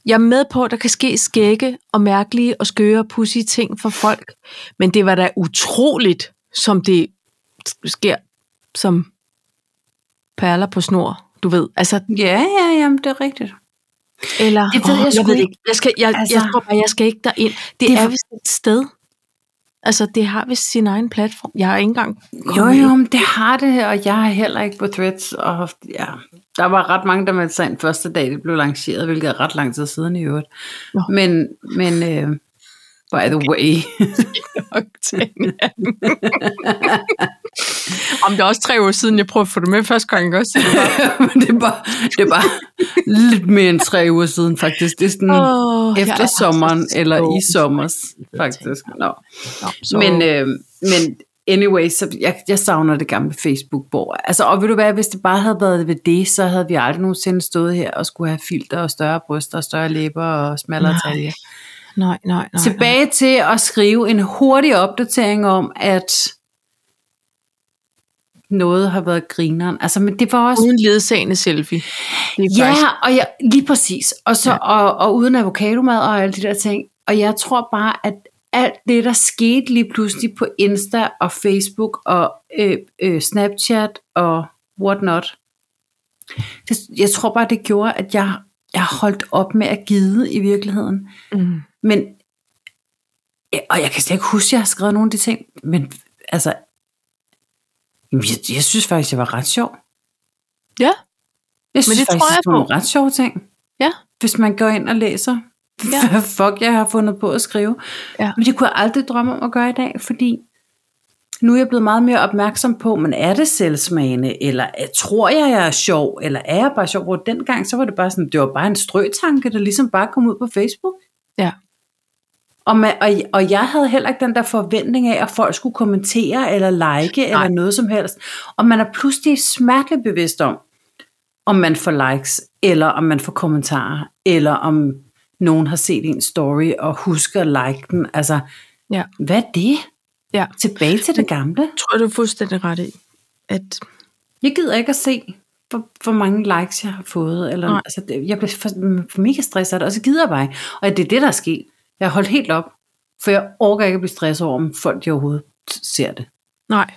Speaker 2: Jeg er med på, at der kan ske skægge og mærkelige og skøre og pussy ting for folk. Men det var da utroligt, som det sker som perler på snor, du ved. Altså,
Speaker 1: Ja, ja, jamen, det er rigtigt.
Speaker 2: eller,
Speaker 1: Det ved jeg sgu
Speaker 2: jeg ved det
Speaker 1: ikke.
Speaker 2: Jeg, skal, jeg, altså,
Speaker 1: Altså-
Speaker 2: jeg tror bare, jeg skal ikke derind. Det,
Speaker 1: Det
Speaker 2: det
Speaker 1: er
Speaker 2: er
Speaker 1: for-
Speaker 2: vist et sted. Altså, det har vist sin egen platform. Jeg har ikke engang
Speaker 1: Jo, jo,
Speaker 2: kommet ind.
Speaker 1: men det har det, og jeg er heller ikke på Threads. Og, haft- ja, der var ret mange, der meldte sig ind første dag, det blev lanceret, hvilket er ret lang tid siden i øvrigt.
Speaker 2: Nå.
Speaker 1: Men, men øh, by the way. [LAUGHS]
Speaker 2: nok til Om det er også tre år siden, jeg prøvede at få det med første gang, ikke også?
Speaker 1: Men det er bare, det er bare lidt mere end tre uger siden, faktisk. Det er sådan oh,
Speaker 2: Oh,
Speaker 1: efter sommeren, eller i sommers, faktisk. Nå.
Speaker 2: Så,
Speaker 1: Men, øh, men anyway, så jeg, jeg savner det gamle Facebook-borg. Altså, og vil du være, hvis det bare havde været ved det, så havde vi aldrig nogensinde stået her og skulle have filter og større bryster og større læber og smallere
Speaker 2: Nej,
Speaker 1: talje.
Speaker 2: nej, nej, nej. nej.
Speaker 1: Tilbage til at skrive en hurtig opdatering om, at noget har været grineren. Altså, men det var også
Speaker 2: Uden ledsagende selfie. Det er
Speaker 1: Ja,
Speaker 2: faktisk-
Speaker 1: og jeg, lige præcis. Og, så, ja. og, og uden avocadomad og alle de der ting. Og jeg tror bare, at alt det, der skete lige pludselig på Insta og Facebook og øh, øh, Snapchat og whatnot, det, jeg tror bare, det gjorde, at jeg, jeg holdt op med at gide i virkeligheden.
Speaker 2: Mm.
Speaker 1: Men, ja, og jeg kan slet ikke huske, at jeg har skrevet nogle af de ting, men altså, jamen, jeg, jeg synes faktisk, jeg var ret sjov.
Speaker 2: Ja.
Speaker 1: Jeg synes men det
Speaker 2: det
Speaker 1: faktisk, tror
Speaker 2: tror
Speaker 1: jeg
Speaker 2: jeg
Speaker 1: det var
Speaker 2: på.
Speaker 1: nogle ret sjove ting.
Speaker 2: Ja.
Speaker 1: Hvis man går ind og læser,
Speaker 2: Ja.
Speaker 1: ja. hvad [LAUGHS] fuck jeg har fundet på at skrive.
Speaker 2: Ja.
Speaker 1: Men det kunne jeg aldrig drømme om at gøre i dag, fordi nu er jeg blevet meget mere opmærksom på, men er det selvsmagende, eller er- tror jeg, jeg er sjov, eller er jeg bare sjov? Hvor dengang, så var det bare sådan, det var bare en strøtanke, der ligesom bare kom ud på Facebook.
Speaker 2: Ja.
Speaker 1: Og, man, og, og jeg havde heller ikke den der forventning af, at folk skulle kommentere eller like Nej. eller noget som helst. Og man er pludselig smerteligt bevidst om, om man får likes, eller om man får kommentarer, eller om nogen har set en story og husker at like den. Altså,
Speaker 2: Ja.
Speaker 1: hvad er det?
Speaker 2: Ja.
Speaker 1: Tilbage til det gamle.
Speaker 2: tror jeg, du er fuldstændig ret i. At,
Speaker 1: Jeg gider ikke at se, hvor, hvor mange likes jeg har fået. Eller,
Speaker 2: Nej.
Speaker 1: altså, det- jeg bliver for, for mega stresset af det, og så gider jeg bare ikke. Og det er det, der er sket. Jeg har holdt helt op, for jeg orker ikke at blive stresset over, om folk de overhovedet ser det.
Speaker 2: nej,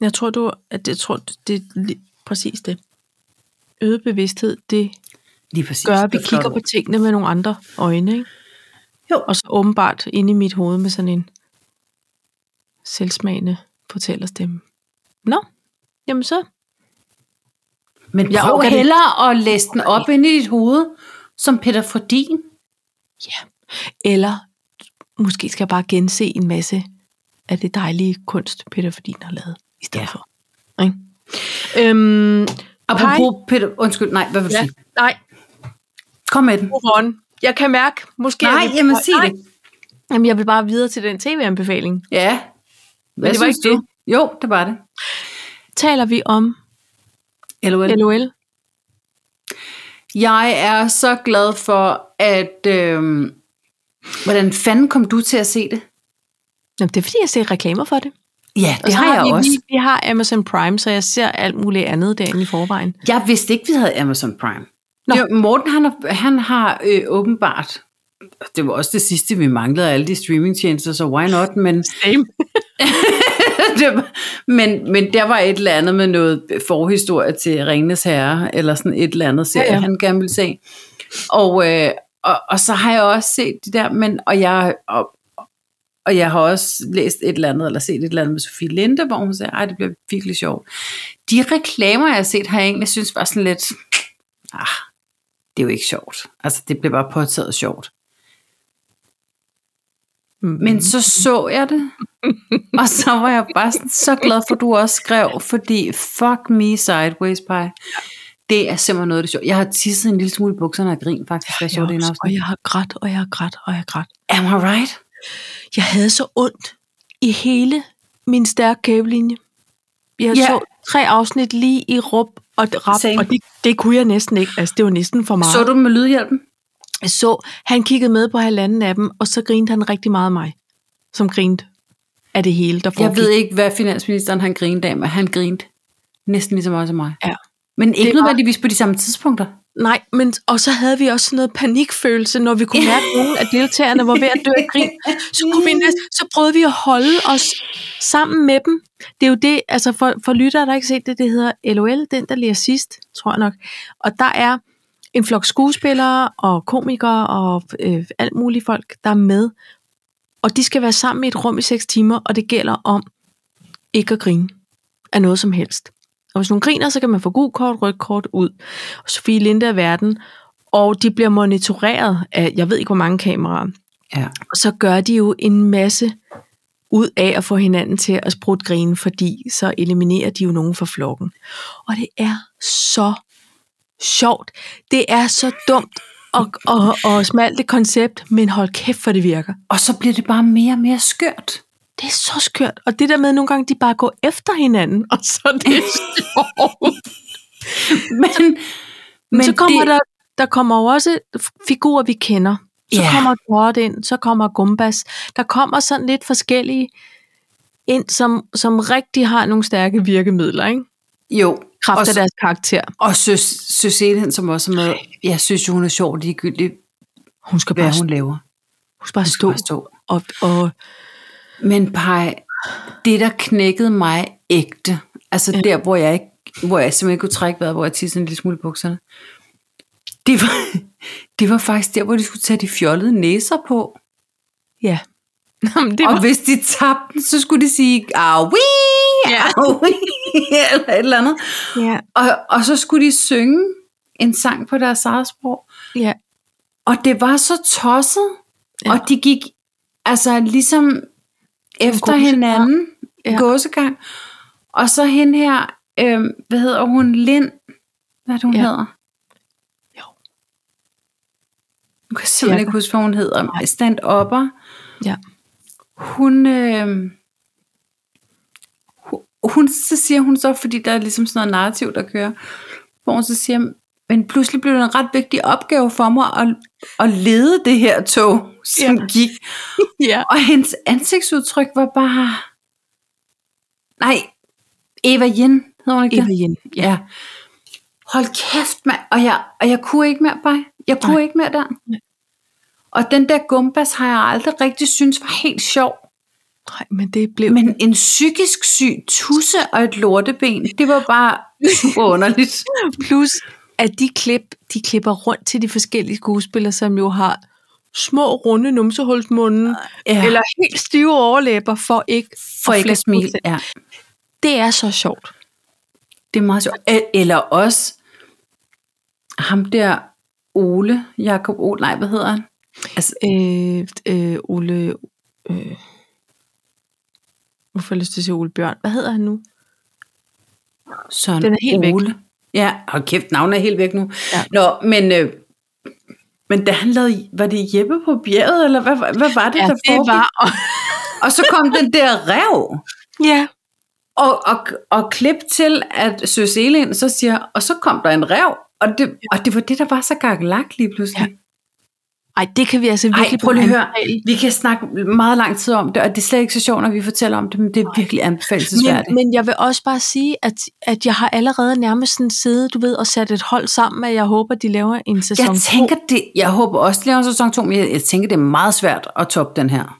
Speaker 2: jeg tror, du, at jeg tror, det er lige præcis det. Øget bevidsthed, det
Speaker 1: Lige præcis.
Speaker 2: gør,
Speaker 1: Det er
Speaker 2: at vi
Speaker 1: et flot
Speaker 2: kigger
Speaker 1: ord.
Speaker 2: på tingene med nogle andre øjne. Ikke?
Speaker 1: Jo.
Speaker 2: Og så åbenbart inde i mit hoved med sådan en selvsmagende fortællerstemme. Nå, jamen så.
Speaker 1: Men
Speaker 2: Jeg
Speaker 1: jeg prøv
Speaker 2: orker det
Speaker 1: hellere at læse den op ind i dit hoved, som Peter Frodin.
Speaker 2: Ja. Eller måske skal jeg bare gense en masse af det dejlige kunst, Peter Fordin har lavet i stedet
Speaker 1: Ja.
Speaker 2: ja. for. Ikke? Øhm,
Speaker 1: Apropos Peter, undskyld, nej, hvad vil du
Speaker 2: ja,
Speaker 1: sige?
Speaker 2: nej,
Speaker 1: Kom med den.
Speaker 2: Ron. Jeg kan mærke, måske...
Speaker 1: Nej,
Speaker 2: er det-
Speaker 1: jamen sig
Speaker 2: nej,
Speaker 1: det.
Speaker 2: Jamen, jeg vil bare videre til den tv-anbefaling.
Speaker 1: Ja. Hvad
Speaker 2: det var
Speaker 1: synes
Speaker 2: ikke
Speaker 1: du? Jo, det var det.
Speaker 2: Taler vi om
Speaker 1: LOL.
Speaker 2: LOL?
Speaker 1: Jeg er så glad for, at... Øhm, hvordan fanden kom du til at se det?
Speaker 2: Jamen, det er fordi, jeg ser reklamer for det.
Speaker 1: Ja,
Speaker 2: Og så vi, Vi, vi har Amazon Prime, så jeg ser alt muligt andet derinde i forvejen.
Speaker 1: Jeg vidste ikke, vi havde Amazon Prime.
Speaker 2: Nå.
Speaker 1: Jo, Morten, han har, han har øh, åbenbart... Det var også det sidste, vi manglede af alle de streamingtjenester, så why not? Men
Speaker 2: Same.
Speaker 1: [LAUGHS] det var, men, men der var et eller andet med noget forhistorie til Ringnes Herre, eller sådan et eller andet serie, ja,
Speaker 2: Ja,
Speaker 1: ja.
Speaker 2: ja.
Speaker 1: han gerne ville se. Og, øh, og, og så har jeg også set de der, men, og, jeg, og, og jeg har også læst et eller andet, eller set et eller andet med Sofie Linde, hvor hun sagde, ej, det bliver virkelig sjovt. De reklamer, jeg har set, har jeg egentlig synes var sådan lidt, ah, det er jo ikke sjovt. Altså, det bliver bare påtaget sjovt.
Speaker 2: Mm.
Speaker 1: Men så så jeg det, og så var jeg bare sådan, så glad for, at du også skrev, fordi fuck me sideways pie. Det er simpelthen noget af det sjovt. Jeg har tisset en lille smule i bukserne og grin faktisk, da jeg så det en
Speaker 2: jeg, og
Speaker 1: afsnit.
Speaker 2: jeg har grædt, og jeg har grædt, og jeg har grædt.
Speaker 1: Am I right?
Speaker 2: Jeg havde så ondt i hele min stærke kæbelinje. Jeg
Speaker 1: Ja.
Speaker 2: så tre afsnit lige i rup og rap,
Speaker 1: Same.
Speaker 2: og det, det kunne jeg næsten ikke. Altså, det var næsten for meget.
Speaker 1: Så du dem med lydhjælpen?
Speaker 2: Jeg så, han kiggede med på halvanden af dem, og så grinte han rigtig meget af mig, som grinte af det hele, der
Speaker 1: Jeg
Speaker 2: foregik.
Speaker 1: ved ikke, hvad finansministeren han grinede af, men han grinede næsten lige så meget som mig.
Speaker 2: Ja.
Speaker 1: Men ikke
Speaker 2: Det
Speaker 1: det
Speaker 2: var-
Speaker 1: nødvendigvis på de samme tidspunkter.
Speaker 2: Nej, men, og så havde vi også sådan noget panikfølelse, når vi kunne mærke, at nogle af deltagerne var ved at dø af grin. Så, kunne vi næsten, så prøvede vi at holde os sammen med dem. Det er jo det, altså for, for lyttere, der ikke har set det, det hedder LOL, den der lige sidst, tror jeg nok. Og der er en flok skuespillere og komikere og øh, alt muligt folk, der er med. Og de skal være sammen i et rum i 6 timer, og det gælder om ikke at grine af noget som helst. Og hvis nogen griner, så kan man få gul kort, rødt kort ud. Og Sofie Linde er verden, og de bliver monitoreret af, jeg ved ikke hvor mange kameraer.
Speaker 1: Ja.
Speaker 2: Og så gør de jo en masse ud af at få hinanden til at sprutte grine, fordi så eliminerer de jo nogen fra flokken. Og det er så sjovt. Det er så dumt og, og, og smalt et koncept, men hold kæft, for det virker.
Speaker 1: Og så bliver det bare mere og mere skørt. [LAUGHS]
Speaker 2: Det er så skørt. Og det der med, at nogle gange de bare går efter hinanden, og så er det sjovt.
Speaker 1: Men,
Speaker 2: Men så kommer det... der, der kommer jo også figurer, vi kender. Så
Speaker 1: Ja.
Speaker 2: kommer Dorot ind, så kommer Gumbas. Der kommer sådan lidt forskellige ind, som, som rigtig har nogle stærke virkemidler, ikke?
Speaker 1: Jo,
Speaker 2: Kraft
Speaker 1: og,
Speaker 2: af deres karakter.
Speaker 1: og Søs- Søs Elin, som også er med, jeg synes jo, hun er sjov ligegyldigt,
Speaker 2: Hun skal bare,
Speaker 1: hvad
Speaker 2: hun,
Speaker 1: hun laver.
Speaker 2: hun skal bare
Speaker 1: Hun skal
Speaker 2: stå
Speaker 1: bare stå.
Speaker 2: og,
Speaker 1: [LAUGHS]
Speaker 2: og
Speaker 1: Men Paj, det der knækkede mig ægte, altså ja. der, hvor jeg, ikke, hvor jeg simpelthen ikke kunne trække vejret, hvor jeg tissede en lille smule i bukserne, det var, det var faktisk der, hvor de skulle tage de fjollede næser på.
Speaker 2: ja. Jamen, det
Speaker 1: Det var...
Speaker 2: var,
Speaker 1: Og hvis de tabte den, så skulle de sige, "Ah, awi,
Speaker 2: Ja.
Speaker 1: awi, [LAUGHS] eller et eller andet.
Speaker 2: ja,
Speaker 1: Og, og så skulle de synge en sang på deres eget sprog.
Speaker 2: ja.
Speaker 1: Og det var så tosset.
Speaker 2: Ja.
Speaker 1: Ja. Og de gik altså ligesom efter
Speaker 2: gåsegang.
Speaker 1: hinanden.
Speaker 2: Ja.
Speaker 1: Ja. Gåsegang. Og så hende her, øhm, hvad hedder hun? Lind. Hvad er det, hun
Speaker 2: Ja.
Speaker 1: ja. hedder?
Speaker 2: Jo.
Speaker 1: Nu kan jeg simpelthen
Speaker 2: Ja.
Speaker 1: ikke huske, hvad hun hedder. Stand-upper.
Speaker 2: Ja.
Speaker 1: Hun, øh, hun, så siger hun så, fordi der er ligesom sådan noget narrativ, der kører, hvor hun så siger, men pludselig blev det en ret vigtig opgave for mig at, at lede det her tog, som
Speaker 2: Ja.
Speaker 1: ja. gik.
Speaker 2: ja.
Speaker 1: Og hendes ansigtsudtryk var bare... Nej, Eva Jen hedder hun ikke
Speaker 2: Eva
Speaker 1: det?
Speaker 2: Jen.
Speaker 1: Ja. Hold kæft, mand. Og jeg, og jeg kunne ikke mere, bare. Jeg kunne
Speaker 2: Nej.
Speaker 1: ikke mere der.
Speaker 2: Nej.
Speaker 1: Og den der gumbas har jeg aldrig rigtig synes var helt sjov.
Speaker 2: Nej, men det blev...
Speaker 1: Men en psykisk syg tusse og et lorteben, det var bare super underligt.
Speaker 2: Plus, at de klip, de klipper rundt til de forskellige skuespillere, som jo har små, runde numsehulsmunden, ja.
Speaker 1: Ja.
Speaker 2: eller helt stive overlæber, for ikke
Speaker 1: For ikke at
Speaker 2: flække
Speaker 1: smile.
Speaker 2: procent.
Speaker 1: Ja,
Speaker 2: Det er så sjovt.
Speaker 1: det er meget sjovt. E- Eller også ham der Ole, Jakob Ole, nej, hvad hedder han? Altså,
Speaker 2: Øh, øh, Ole... Øh, nu får jeg lyst til at sige Ole Bjørn. Hvad hedder han nu?
Speaker 1: Søren
Speaker 2: Den er helt væk.
Speaker 1: Ole. Ja, hold kæft, navnet er helt væk nu.
Speaker 2: Ja.
Speaker 1: Ja. Nå, men, øh, men da han lavede, var det Jeppe på bjerget, eller hvad, hvad var det, der foregik? Og så kom den der rev.
Speaker 2: ja,
Speaker 1: Og, og, og klip til, at Søs Elin så siger, og så kom der en rev, og det, og det var det, der var så gakkelagt lige pludselig. Ja.
Speaker 2: ej, det kan vi altså virkelig
Speaker 1: Ej, prøv lige at høre.
Speaker 2: anbefale.
Speaker 1: Vi kan snakke meget lang tid om det, og det er slet ikke så sjovt, når vi fortæller om det, men det er virkelig anbefalesværdigt.
Speaker 2: Men, men jeg vil også bare sige, at, at jeg har allerede nærmest sådan siddet, du ved, og sat et hold sammen, at jeg håber, de laver en sæson
Speaker 1: Jeg
Speaker 2: to.
Speaker 1: tænker det, jeg håber også, de laver en sæson 2, men jeg, jeg tænker, det er meget svært at toppe den her.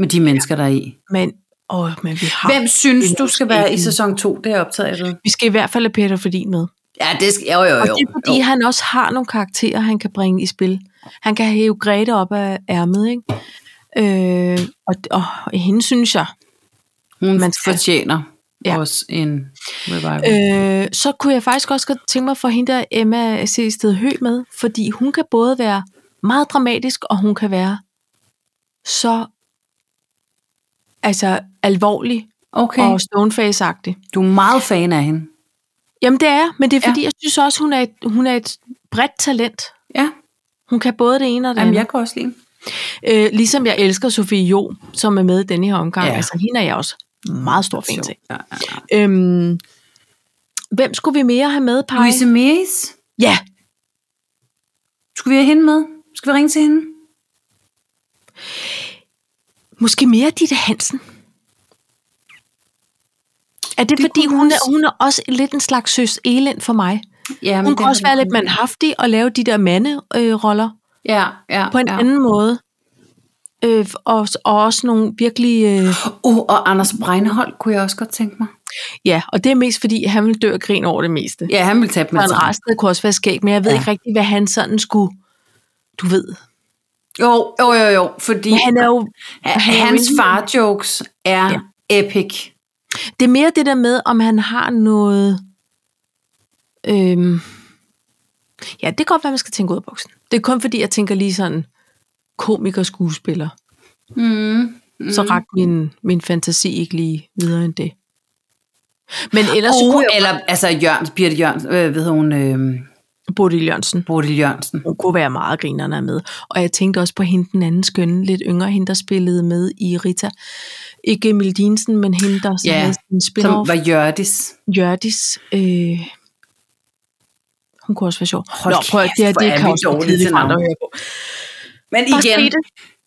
Speaker 1: Med de mennesker, der er i.
Speaker 2: Men, åh, men vi har...
Speaker 1: Hvem synes, du skal være i
Speaker 2: Elin.
Speaker 1: sæson 2? Det er optaget af det.
Speaker 2: Vi skal i hvert fald have Peter Fordin med.
Speaker 1: Ja, det skal, jo, jo, jo.
Speaker 2: Og det er fordi,
Speaker 1: jo.
Speaker 2: han også har nogle karakterer, han kan bringe i spil. Han kan hæve Grete op af ærmet, ikke? Øh, og, og hende synes jeg.
Speaker 1: Hun
Speaker 2: man skal-
Speaker 1: fortjener
Speaker 2: Ja.
Speaker 1: ja. også en revival.
Speaker 2: Øh, så kunne jeg faktisk også godt tænke mig for hende der Emma C. Sted Hø med, fordi hun kan både være meget dramatisk, og hun kan være så altså alvorlig
Speaker 1: Okay.
Speaker 2: okay. og stoneface-agtig.
Speaker 1: Du er meget fan af hende.
Speaker 2: Jamen det er jeg, men det er
Speaker 1: Ja.
Speaker 2: fordi, jeg synes også, hun er et, hun er et bredt talent.
Speaker 1: Ja,
Speaker 2: Hun kan både det ene og det
Speaker 1: Jamen,
Speaker 2: andet.
Speaker 1: jeg kan også lide hende.
Speaker 2: Øh, ligesom jeg elsker Sofie Jo, som er med i denne her omgang. Ja.
Speaker 1: Ja.
Speaker 2: Altså, hende er jeg også meget stor fan til.
Speaker 1: Ja, ja, ja.
Speaker 2: Øhm, hvem skulle vi mere have med, Paj?
Speaker 1: Louise Meris,
Speaker 2: Ja,
Speaker 1: skulle vi have hende med? Skal vi ringe til hende?
Speaker 2: måske mere Ditte Hansen. Er det, det
Speaker 1: Det
Speaker 2: fordi,
Speaker 1: kunne
Speaker 2: hun
Speaker 1: også-
Speaker 2: er, hun er også lidt en slags søs elend for mig?
Speaker 1: Ja,
Speaker 2: Hun kan også være lidt
Speaker 1: mand.
Speaker 2: mandhaftig og lave de der manderoller øh,
Speaker 1: Ja, ja,
Speaker 2: på en
Speaker 1: ja.
Speaker 2: anden måde. Øh, og, og også nogle virkelig... Øh,
Speaker 1: Oh, og Anders Breinholt kunne jeg også godt tænke mig.
Speaker 2: ja, og det er mest fordi, han vil dø og grine over det meste.
Speaker 1: Ja, han ville tage dem
Speaker 2: Søren
Speaker 1: alle sammen.
Speaker 2: Rasted kunne også være skæg, men jeg ved ja.
Speaker 1: Ja.
Speaker 2: ikke rigtig, hvad han sådan skulle, du ved.
Speaker 1: Jo, jo, jo, jo, fordi
Speaker 2: Men han er jo, han er jo
Speaker 1: hans
Speaker 2: inde-
Speaker 1: far-jokes er
Speaker 2: Ja.
Speaker 1: ja. epic.
Speaker 2: Det er mere det der med, om han har noget... Øhm, ja, det kan godt være, man skal tænke ud af boksen. Det er kun fordi, jeg tænker lige sådan komiker skuespiller.
Speaker 1: Mm. Mm.
Speaker 2: Så rakte min, min fantasi ikke lige videre end det. Men ellers oh,
Speaker 1: Uh,
Speaker 2: kunne jeg
Speaker 1: eller altså Jørgens, Birte Jørgensen, øh, ved hun, øh,
Speaker 2: Bodil Jørgensen.
Speaker 1: Bodil Jørgensen.
Speaker 2: Hun kunne være meget grinerne med. Og jeg tænkte også på hende den anden skønne, lidt yngre, hende der spillede med i Rita. Ikke Emil Dinesen, men hende der
Speaker 1: Ja,
Speaker 2: yeah. havde sin
Speaker 1: Som
Speaker 2: spin-off.
Speaker 1: var Jørdis.
Speaker 2: Jørdis. Øh, hun kunne også være sjov.
Speaker 1: Hold kæft, hvor er vi
Speaker 2: være
Speaker 1: dårlige til
Speaker 2: kedeligt for
Speaker 1: navne.
Speaker 2: andre at høre på.
Speaker 1: Men
Speaker 2: Bare se
Speaker 1: igen,
Speaker 2: det.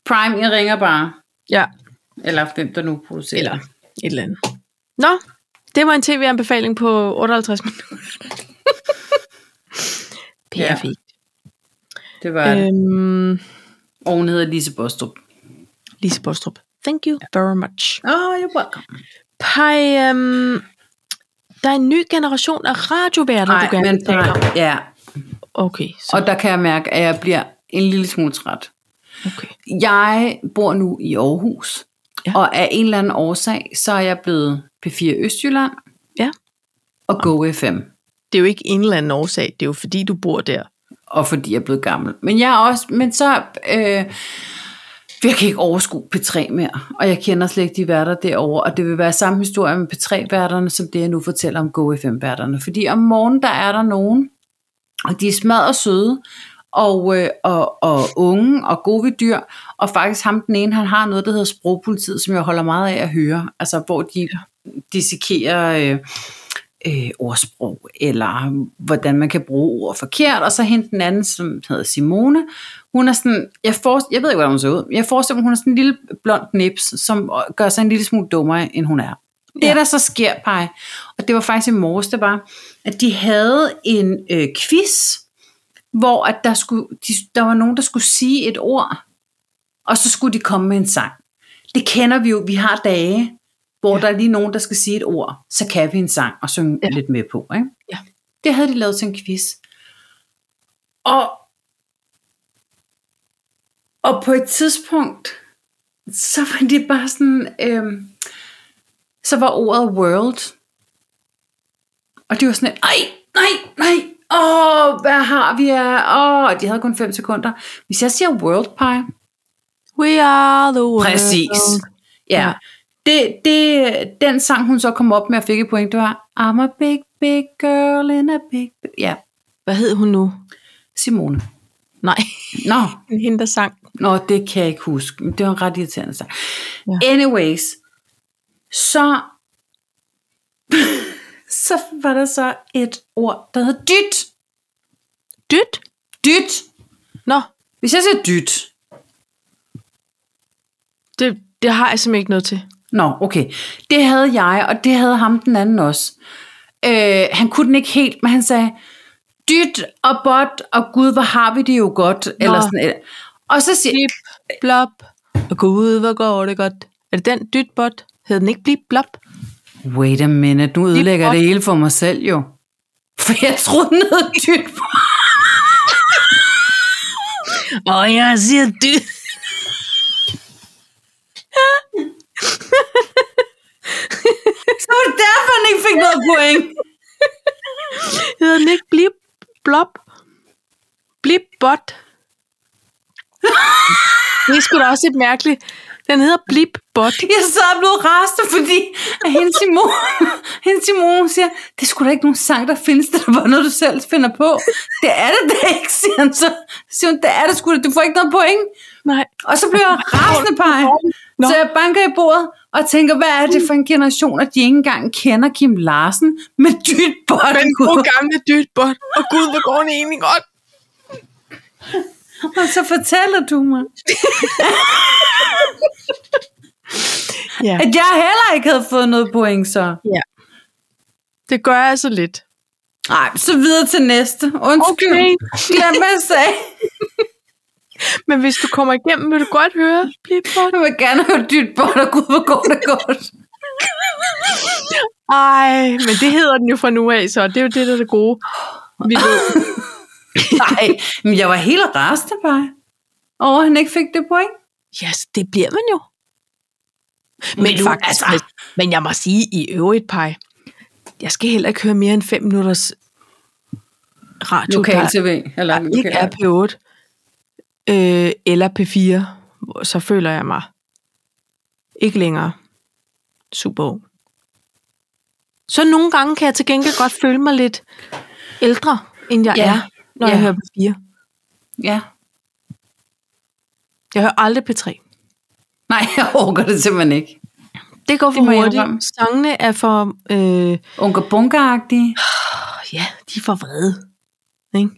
Speaker 1: Prime, I ringer bare.
Speaker 2: Ja,
Speaker 1: Eller hvem der nu producerer.
Speaker 2: eller et eller andet. Nå, det var en tv-anbefaling på 58 minutter.
Speaker 1: Ja.
Speaker 2: Perfekt.
Speaker 1: Det var
Speaker 2: Ja.
Speaker 1: øh.
Speaker 2: Øhm,
Speaker 1: Og hun hedder Lise Bostrup.
Speaker 2: Lise Bostrup. Thank you very much.
Speaker 1: Oh, you're welcome.
Speaker 2: Pej, øhm, der er en ny generation af radioværter, du
Speaker 1: Nej,
Speaker 2: gerne
Speaker 1: men
Speaker 2: vil tale om.
Speaker 1: ja.
Speaker 2: Okay, så,
Speaker 1: Og der kan jeg mærke, at jeg bliver en lille smule træt.
Speaker 2: okay.
Speaker 1: Jeg bor nu i Aarhus,
Speaker 2: Ja.
Speaker 1: ja. og af en eller anden årsag, så er jeg blevet P4 Østjylland
Speaker 2: Ja.
Speaker 1: og Go FM.
Speaker 2: Det er jo ikke en eller anden årsag, det er jo fordi, du bor der.
Speaker 1: og fordi jeg er blevet gammel. Men jeg er også, men så, øh, jeg kan ikke overskue P3 mere, og jeg kender slet ikke de værter derovre, og det vil være samme historie med P3-værterne, som det jeg nu fortæller om GoFM-værterne. Fordi om morgenen, der er der nogen, og de er smadret søde, og, øh, og, og unge og gode ved dyr, og faktisk ham den ene, han har noget, der hedder sprogpolitiet, som jeg holder meget af at høre, altså hvor de dissekerer øh, øh, ordsprog, eller hvordan man kan bruge ord forkert, og så hente den anden, som hedder Simone, hun er sådan, jeg, for, jeg ved ikke, hvordan hun ser ud, men jeg forestiller mig, hun er sådan en lille blond nips, som gør sig en lille smule dummere, end hun er. Det,
Speaker 2: Ja.
Speaker 1: ja. der så sker, Paj, og det var faktisk i morges, det var, at de havde en øh, quiz, hvor at der, skulle, de, der var nogen, der skulle sige et ord, og så skulle de komme med en sang. Det kender vi jo, vi har dage, hvor ja. der er lige nogen, der skal sige et ord, så kan vi en sang og synge
Speaker 2: Ja.
Speaker 1: ja. lidt med på. Ikke?
Speaker 2: Ja.
Speaker 1: Det havde de lavet til en quiz. Og, og på et tidspunkt, så var det bare sådan, øhm, så var ordet world, og det var sådan et, ej, nej, nej, åh, hvad har vi af, åh, de havde kun 5 sekunder. Hvis jeg siger world pie,
Speaker 2: We are the world.
Speaker 1: Præcis. Ja.
Speaker 2: Ja.
Speaker 1: ja. Det, det, den sang, hun så kom op med og fik et point, det var I'm a big, big girl in a big... big-" Ja,
Speaker 2: Hvad hed hun nu?
Speaker 1: Simone.
Speaker 2: Nej,
Speaker 1: Nå,
Speaker 2: [LAUGHS] hende der sang.
Speaker 1: nå, det kan jeg ikke huske. men Det var en ret irriterende sang.
Speaker 2: Ja.
Speaker 1: Ja. Anyways, så... [LAUGHS] så var der så et ord, der hed dyt.
Speaker 2: Dyt?
Speaker 1: Dyt.
Speaker 2: Nå,
Speaker 1: Hvis jeg siger dyt,
Speaker 2: det, det har jeg simpelthen ikke noget til.
Speaker 1: Nå, okay. Det havde jeg, og det havde ham den anden også. Øh, han kunne den ikke helt, men han sagde, dyt og bot, og gud, hvor har vi det jo godt. Nå. Eller sådan, et. og så siger
Speaker 2: Blip, blop. Og gud, hvor går det godt. Er det den dytbot? Hed den ikke blip, blop?
Speaker 1: wait a minute, nu ødelægger jeg
Speaker 2: bot.
Speaker 1: det hele for mig selv jo. For jeg troede, den hed dyt bot.
Speaker 2: Og jeg siger dyt.
Speaker 1: [LAUGHS] Så var det derfor, han ikke fik noget point.
Speaker 2: Hedder den ikke blip, blop? Blip, bot. Det er sgu da også lidt mærkeligt. Den hedder blip, bot.
Speaker 1: Jeg sad og blev rastet, fordi at hende [LAUGHS] Simone, hende Simone hun siger, det skulle da ikke nogen sang, der findes, det er bare noget, du selv finder på. Det er det da ikke, siger han så. Så Siger hun, det er det sgu da, du får ikke noget point.
Speaker 2: Nej.
Speaker 1: Og så bliver jeg rasende på
Speaker 2: Nå.
Speaker 1: Så jeg banker i bordet og tænker, hvad er det for en generation, at de ikke engang kender Kim Larsen med dybt bånd.
Speaker 2: gamle dytbot. Og gud, hvor går det egentlig godt.
Speaker 1: Og så fortæller du mig,
Speaker 2: Ja,
Speaker 1: at jeg heller ikke havde fået noget point så.
Speaker 2: det gør jeg altså lidt.
Speaker 1: Nej, så videre til næste. Undskyld.
Speaker 2: Okay.
Speaker 1: Okay. Glem, hvad jeg sagde.
Speaker 2: Men hvis du kommer igennem, vil du godt høre blip, bot.
Speaker 1: Jeg vil gerne høre dybt bånd, og gud, hvor går det godt.
Speaker 2: Ej, men det hedder den jo fra nu af, så det er jo det, der er det gode. Vi ved.
Speaker 1: [LAUGHS] Nej, men jeg var helt rasende bare. Over, at han ikke fik det point.
Speaker 2: Yes, det bliver man jo. Men, men
Speaker 1: Men
Speaker 2: nu,
Speaker 1: nu,
Speaker 2: faktisk,
Speaker 1: altså-
Speaker 2: altså. men jeg må sige i øvrigt, Paj, jeg skal heller ikke høre mere end 5 minutters radio,
Speaker 1: Lokal
Speaker 2: der
Speaker 1: TV. Eller,
Speaker 2: ikke er P8. øh, eller P4, hvor- så føler jeg mig ikke længere super ung. Så nogle gange kan jeg til gengæld godt føle mig lidt ældre, end jeg
Speaker 1: Ja.
Speaker 2: ja. er, når ja.
Speaker 1: Ja.
Speaker 2: jeg hører P4.
Speaker 1: Ja.
Speaker 2: Jeg hører aldrig P3.
Speaker 1: Nej, jeg overgår det simpelthen ikke.
Speaker 2: Det går
Speaker 1: Det må
Speaker 2: for
Speaker 1: jeg indrømme.
Speaker 2: hurtigt. Sangene er for... Øh,
Speaker 1: Unker bunker
Speaker 2: ja, de er for vrede. Ikke?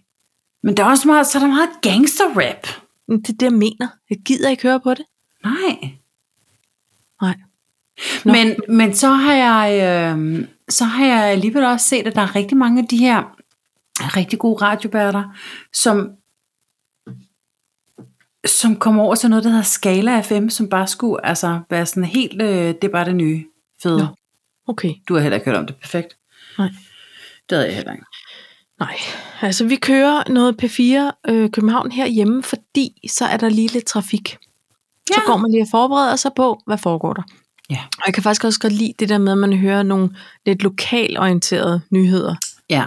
Speaker 1: Men der er også meget, så er der meget gangster-rap.
Speaker 2: Men Det er det, jeg mener. Jeg gider ikke høre på det.
Speaker 1: Nej.
Speaker 2: Nej. Nå.
Speaker 1: Men, men så har jeg øh, så har jeg alligevel også set, at der er rigtig mange af de her rigtig gode radioværter, som som kommer over til noget, der hedder Skala FM, som bare skulle altså, være sådan helt, øh, det er bare det nye fede.
Speaker 2: Nå. Okay,
Speaker 1: Du har heller ikke hørt om det perfekt.
Speaker 2: Nej.
Speaker 1: Det havde jeg heller ikke.
Speaker 2: nej. Altså, vi kører noget P4 øh, København herhjemme, fordi så er der lige lidt trafik. Ja. Så
Speaker 1: Ja.
Speaker 2: går man lige og forbereder sig på, hvad foregår der.
Speaker 1: Ja.
Speaker 2: Og jeg kan faktisk også godt lide det der med, at man hører nogle lidt lokalorienterede nyheder.
Speaker 1: Ja,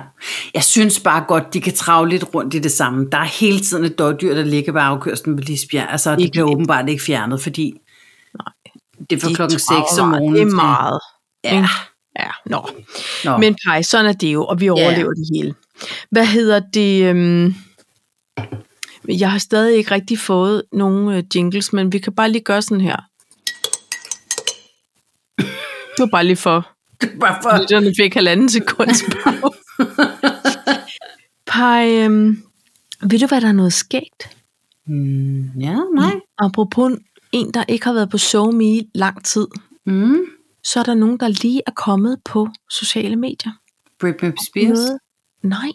Speaker 1: jeg synes bare godt, de kan trave lidt rundt i det samme. Der er hele tiden et dårdyr, der ligger ved afkørslen ved Lisbjerg. Altså, det
Speaker 2: Ikke
Speaker 1: bliver
Speaker 2: et.
Speaker 1: åbenbart ikke fjernet, fordi Nej. det er fra
Speaker 2: De
Speaker 1: klokken 6
Speaker 2: traver
Speaker 1: om
Speaker 2: meget.
Speaker 1: morgenen.
Speaker 2: Det er meget.
Speaker 1: Ja.
Speaker 2: ikke? Ja, nå.
Speaker 1: Nå.
Speaker 2: Men nej, sådan er det jo, og vi overlever det hele. Hvad hedder det? Øhm, jeg har stadig ikke rigtig fået nogen øh, jingles, men vi kan bare lige gøre sådan her. Det var bare lige for,
Speaker 1: Det er bare for...
Speaker 2: lytterne fik halvanden sekunds pause. Pej, øhm, ved du, hvad der er noget skægt?
Speaker 1: Mm, ja, nej.
Speaker 2: Apropos en, der ikke har været på SoMe i lang tid,
Speaker 1: Mm.
Speaker 2: så er der nogen, der lige er kommet på sociale medier.
Speaker 1: Britney Spears.
Speaker 2: Noget, nej,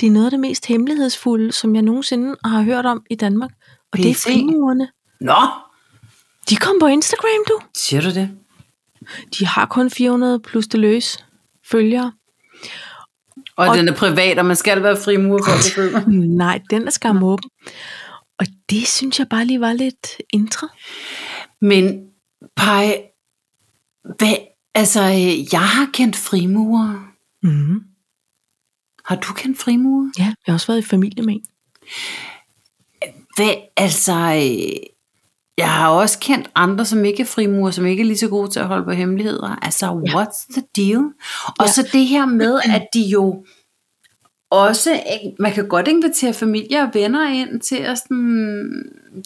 Speaker 2: det er noget af det mest hemmelighedsfulde, som jeg nogensinde har hørt om i Danmark. Og det er
Speaker 1: PET.
Speaker 2: frimurerne.
Speaker 1: Nå,
Speaker 2: De kom på Instagram, du.
Speaker 1: siger du det?
Speaker 2: De har kun 400 plus det løs følgere.
Speaker 1: Og, og
Speaker 2: Og-
Speaker 1: den er privat, og man skal være frimur for at begynde.
Speaker 2: Mm. Nej, den er skam åben. Og det synes jeg bare lige var lidt intra.
Speaker 1: Men Paj, hvad, altså, øh, jeg har kendt frimurer.
Speaker 2: Mm-hmm.
Speaker 1: Har du kendt frimurer?
Speaker 2: Ja, jeg har også været i familie med en.
Speaker 1: Hvad, altså, øh, jeg har også kendt andre, som ikke er frimurer, som ikke er lige så gode til at holde på hemmeligheder. Altså, ja. what's the deal? Og ja.
Speaker 2: Ja.
Speaker 1: så det her
Speaker 2: [CLEARS THROAT]
Speaker 1: med, at de jo også, ikke- man kan godt invitere familier og venner ind til at sådan,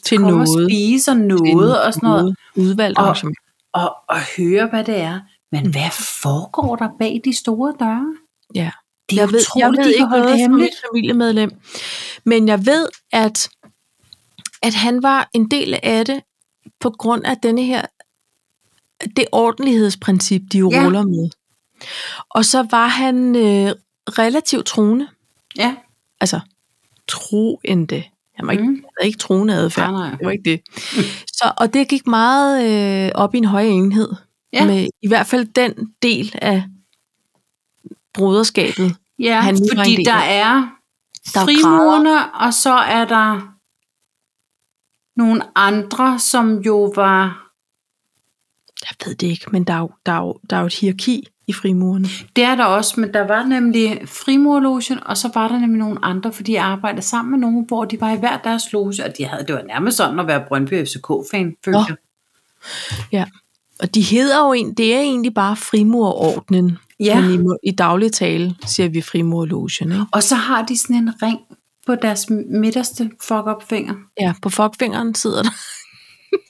Speaker 2: Til
Speaker 1: komme og
Speaker 2: noget.
Speaker 1: spise og noget og sådan noget,
Speaker 2: Udvalgt
Speaker 1: Og-
Speaker 2: arrangement.
Speaker 1: og, og høre, hvad det er. Men hvad foregår der bag de store døre?
Speaker 2: Mm. Ja.
Speaker 1: Det er
Speaker 2: jeg ved, jeg
Speaker 1: utroligt,
Speaker 2: ved
Speaker 1: de
Speaker 2: ikke
Speaker 1: kan holde det
Speaker 2: noget fra mit
Speaker 1: hemmeligt.
Speaker 2: familiemedlem. Men jeg ved, at, at han var en del af det på grund af denne her, det ordentlighedsprincip, de jo
Speaker 1: Ja.
Speaker 2: ja. ruller med. Og så var han øh, relativt troende.
Speaker 1: Ja,
Speaker 2: Altså, troende. Han var ikke,
Speaker 1: Mm.
Speaker 2: mm. havde ikke troende adfærd.
Speaker 1: Nej, nej.
Speaker 2: Det var ikke det. Så, og det gik meget øh, op i en høj enhed.
Speaker 1: Ja.
Speaker 2: Med i hvert fald den del af broderskabet.
Speaker 1: ja
Speaker 2: Han var
Speaker 1: fordi
Speaker 2: en del
Speaker 1: der
Speaker 2: af-
Speaker 1: er
Speaker 2: Der er
Speaker 1: frimurerne, og så er der nogle andre, som jo var...
Speaker 2: Jeg ved det ikke, men der er jo, der er jo, der er jo et hierarki i frimurerne.
Speaker 1: Det er der også, men der var nemlig frimurlogen, og så var der nemlig nogle andre, fordi jeg arbejdede sammen med nogen, hvor de var i hver deres loge, og de havde, det var nærmest sådan at være Brøndby FCK-fan, følte
Speaker 2: Nå.
Speaker 1: jeg.
Speaker 2: Ja. Og de hedder jo en, det er egentlig bare frimurerordnen.
Speaker 1: Ja.
Speaker 2: Men i, mu- i daglig tale siger vi frimurerlogen, ikke?
Speaker 1: Og så har de sådan en ring på deres midterste fuck-up-finger.
Speaker 2: Ja, på fuckfingeren sidder der.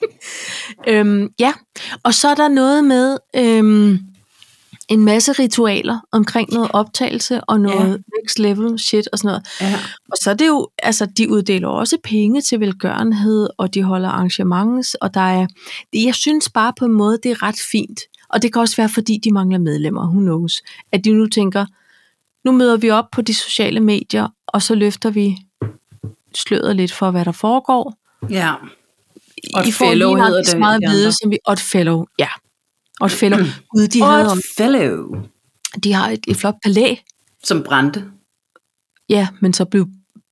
Speaker 2: [LAUGHS] øhm, ja, og så er der noget med øhm, en masse ritualer omkring noget optagelse og noget ja. next level shit og sådan noget.
Speaker 1: Ja.
Speaker 2: Og så er det jo, altså de uddeler også penge til velgørenhed, og de holder arrangements, og der er, det- jeg synes bare på en måde, det er ret fint. Og det kan også være, fordi de mangler medlemmer, who knows, at de nu tænker, nu møder vi op på de sociale medier, og så løfter vi sløret lidt for, hvad der foregår.
Speaker 1: ja. Og et
Speaker 2: I får
Speaker 1: fellow
Speaker 2: lige nok
Speaker 1: hedder det,
Speaker 2: så meget
Speaker 1: de
Speaker 2: at vide,
Speaker 1: andre. Mm.
Speaker 2: som vi... Og et fellow, ja. Og et fellow. Gud, de, havde,
Speaker 1: Og et fellow,
Speaker 2: de har et, et flot palæ,
Speaker 1: som brændte.
Speaker 2: ja, men så blev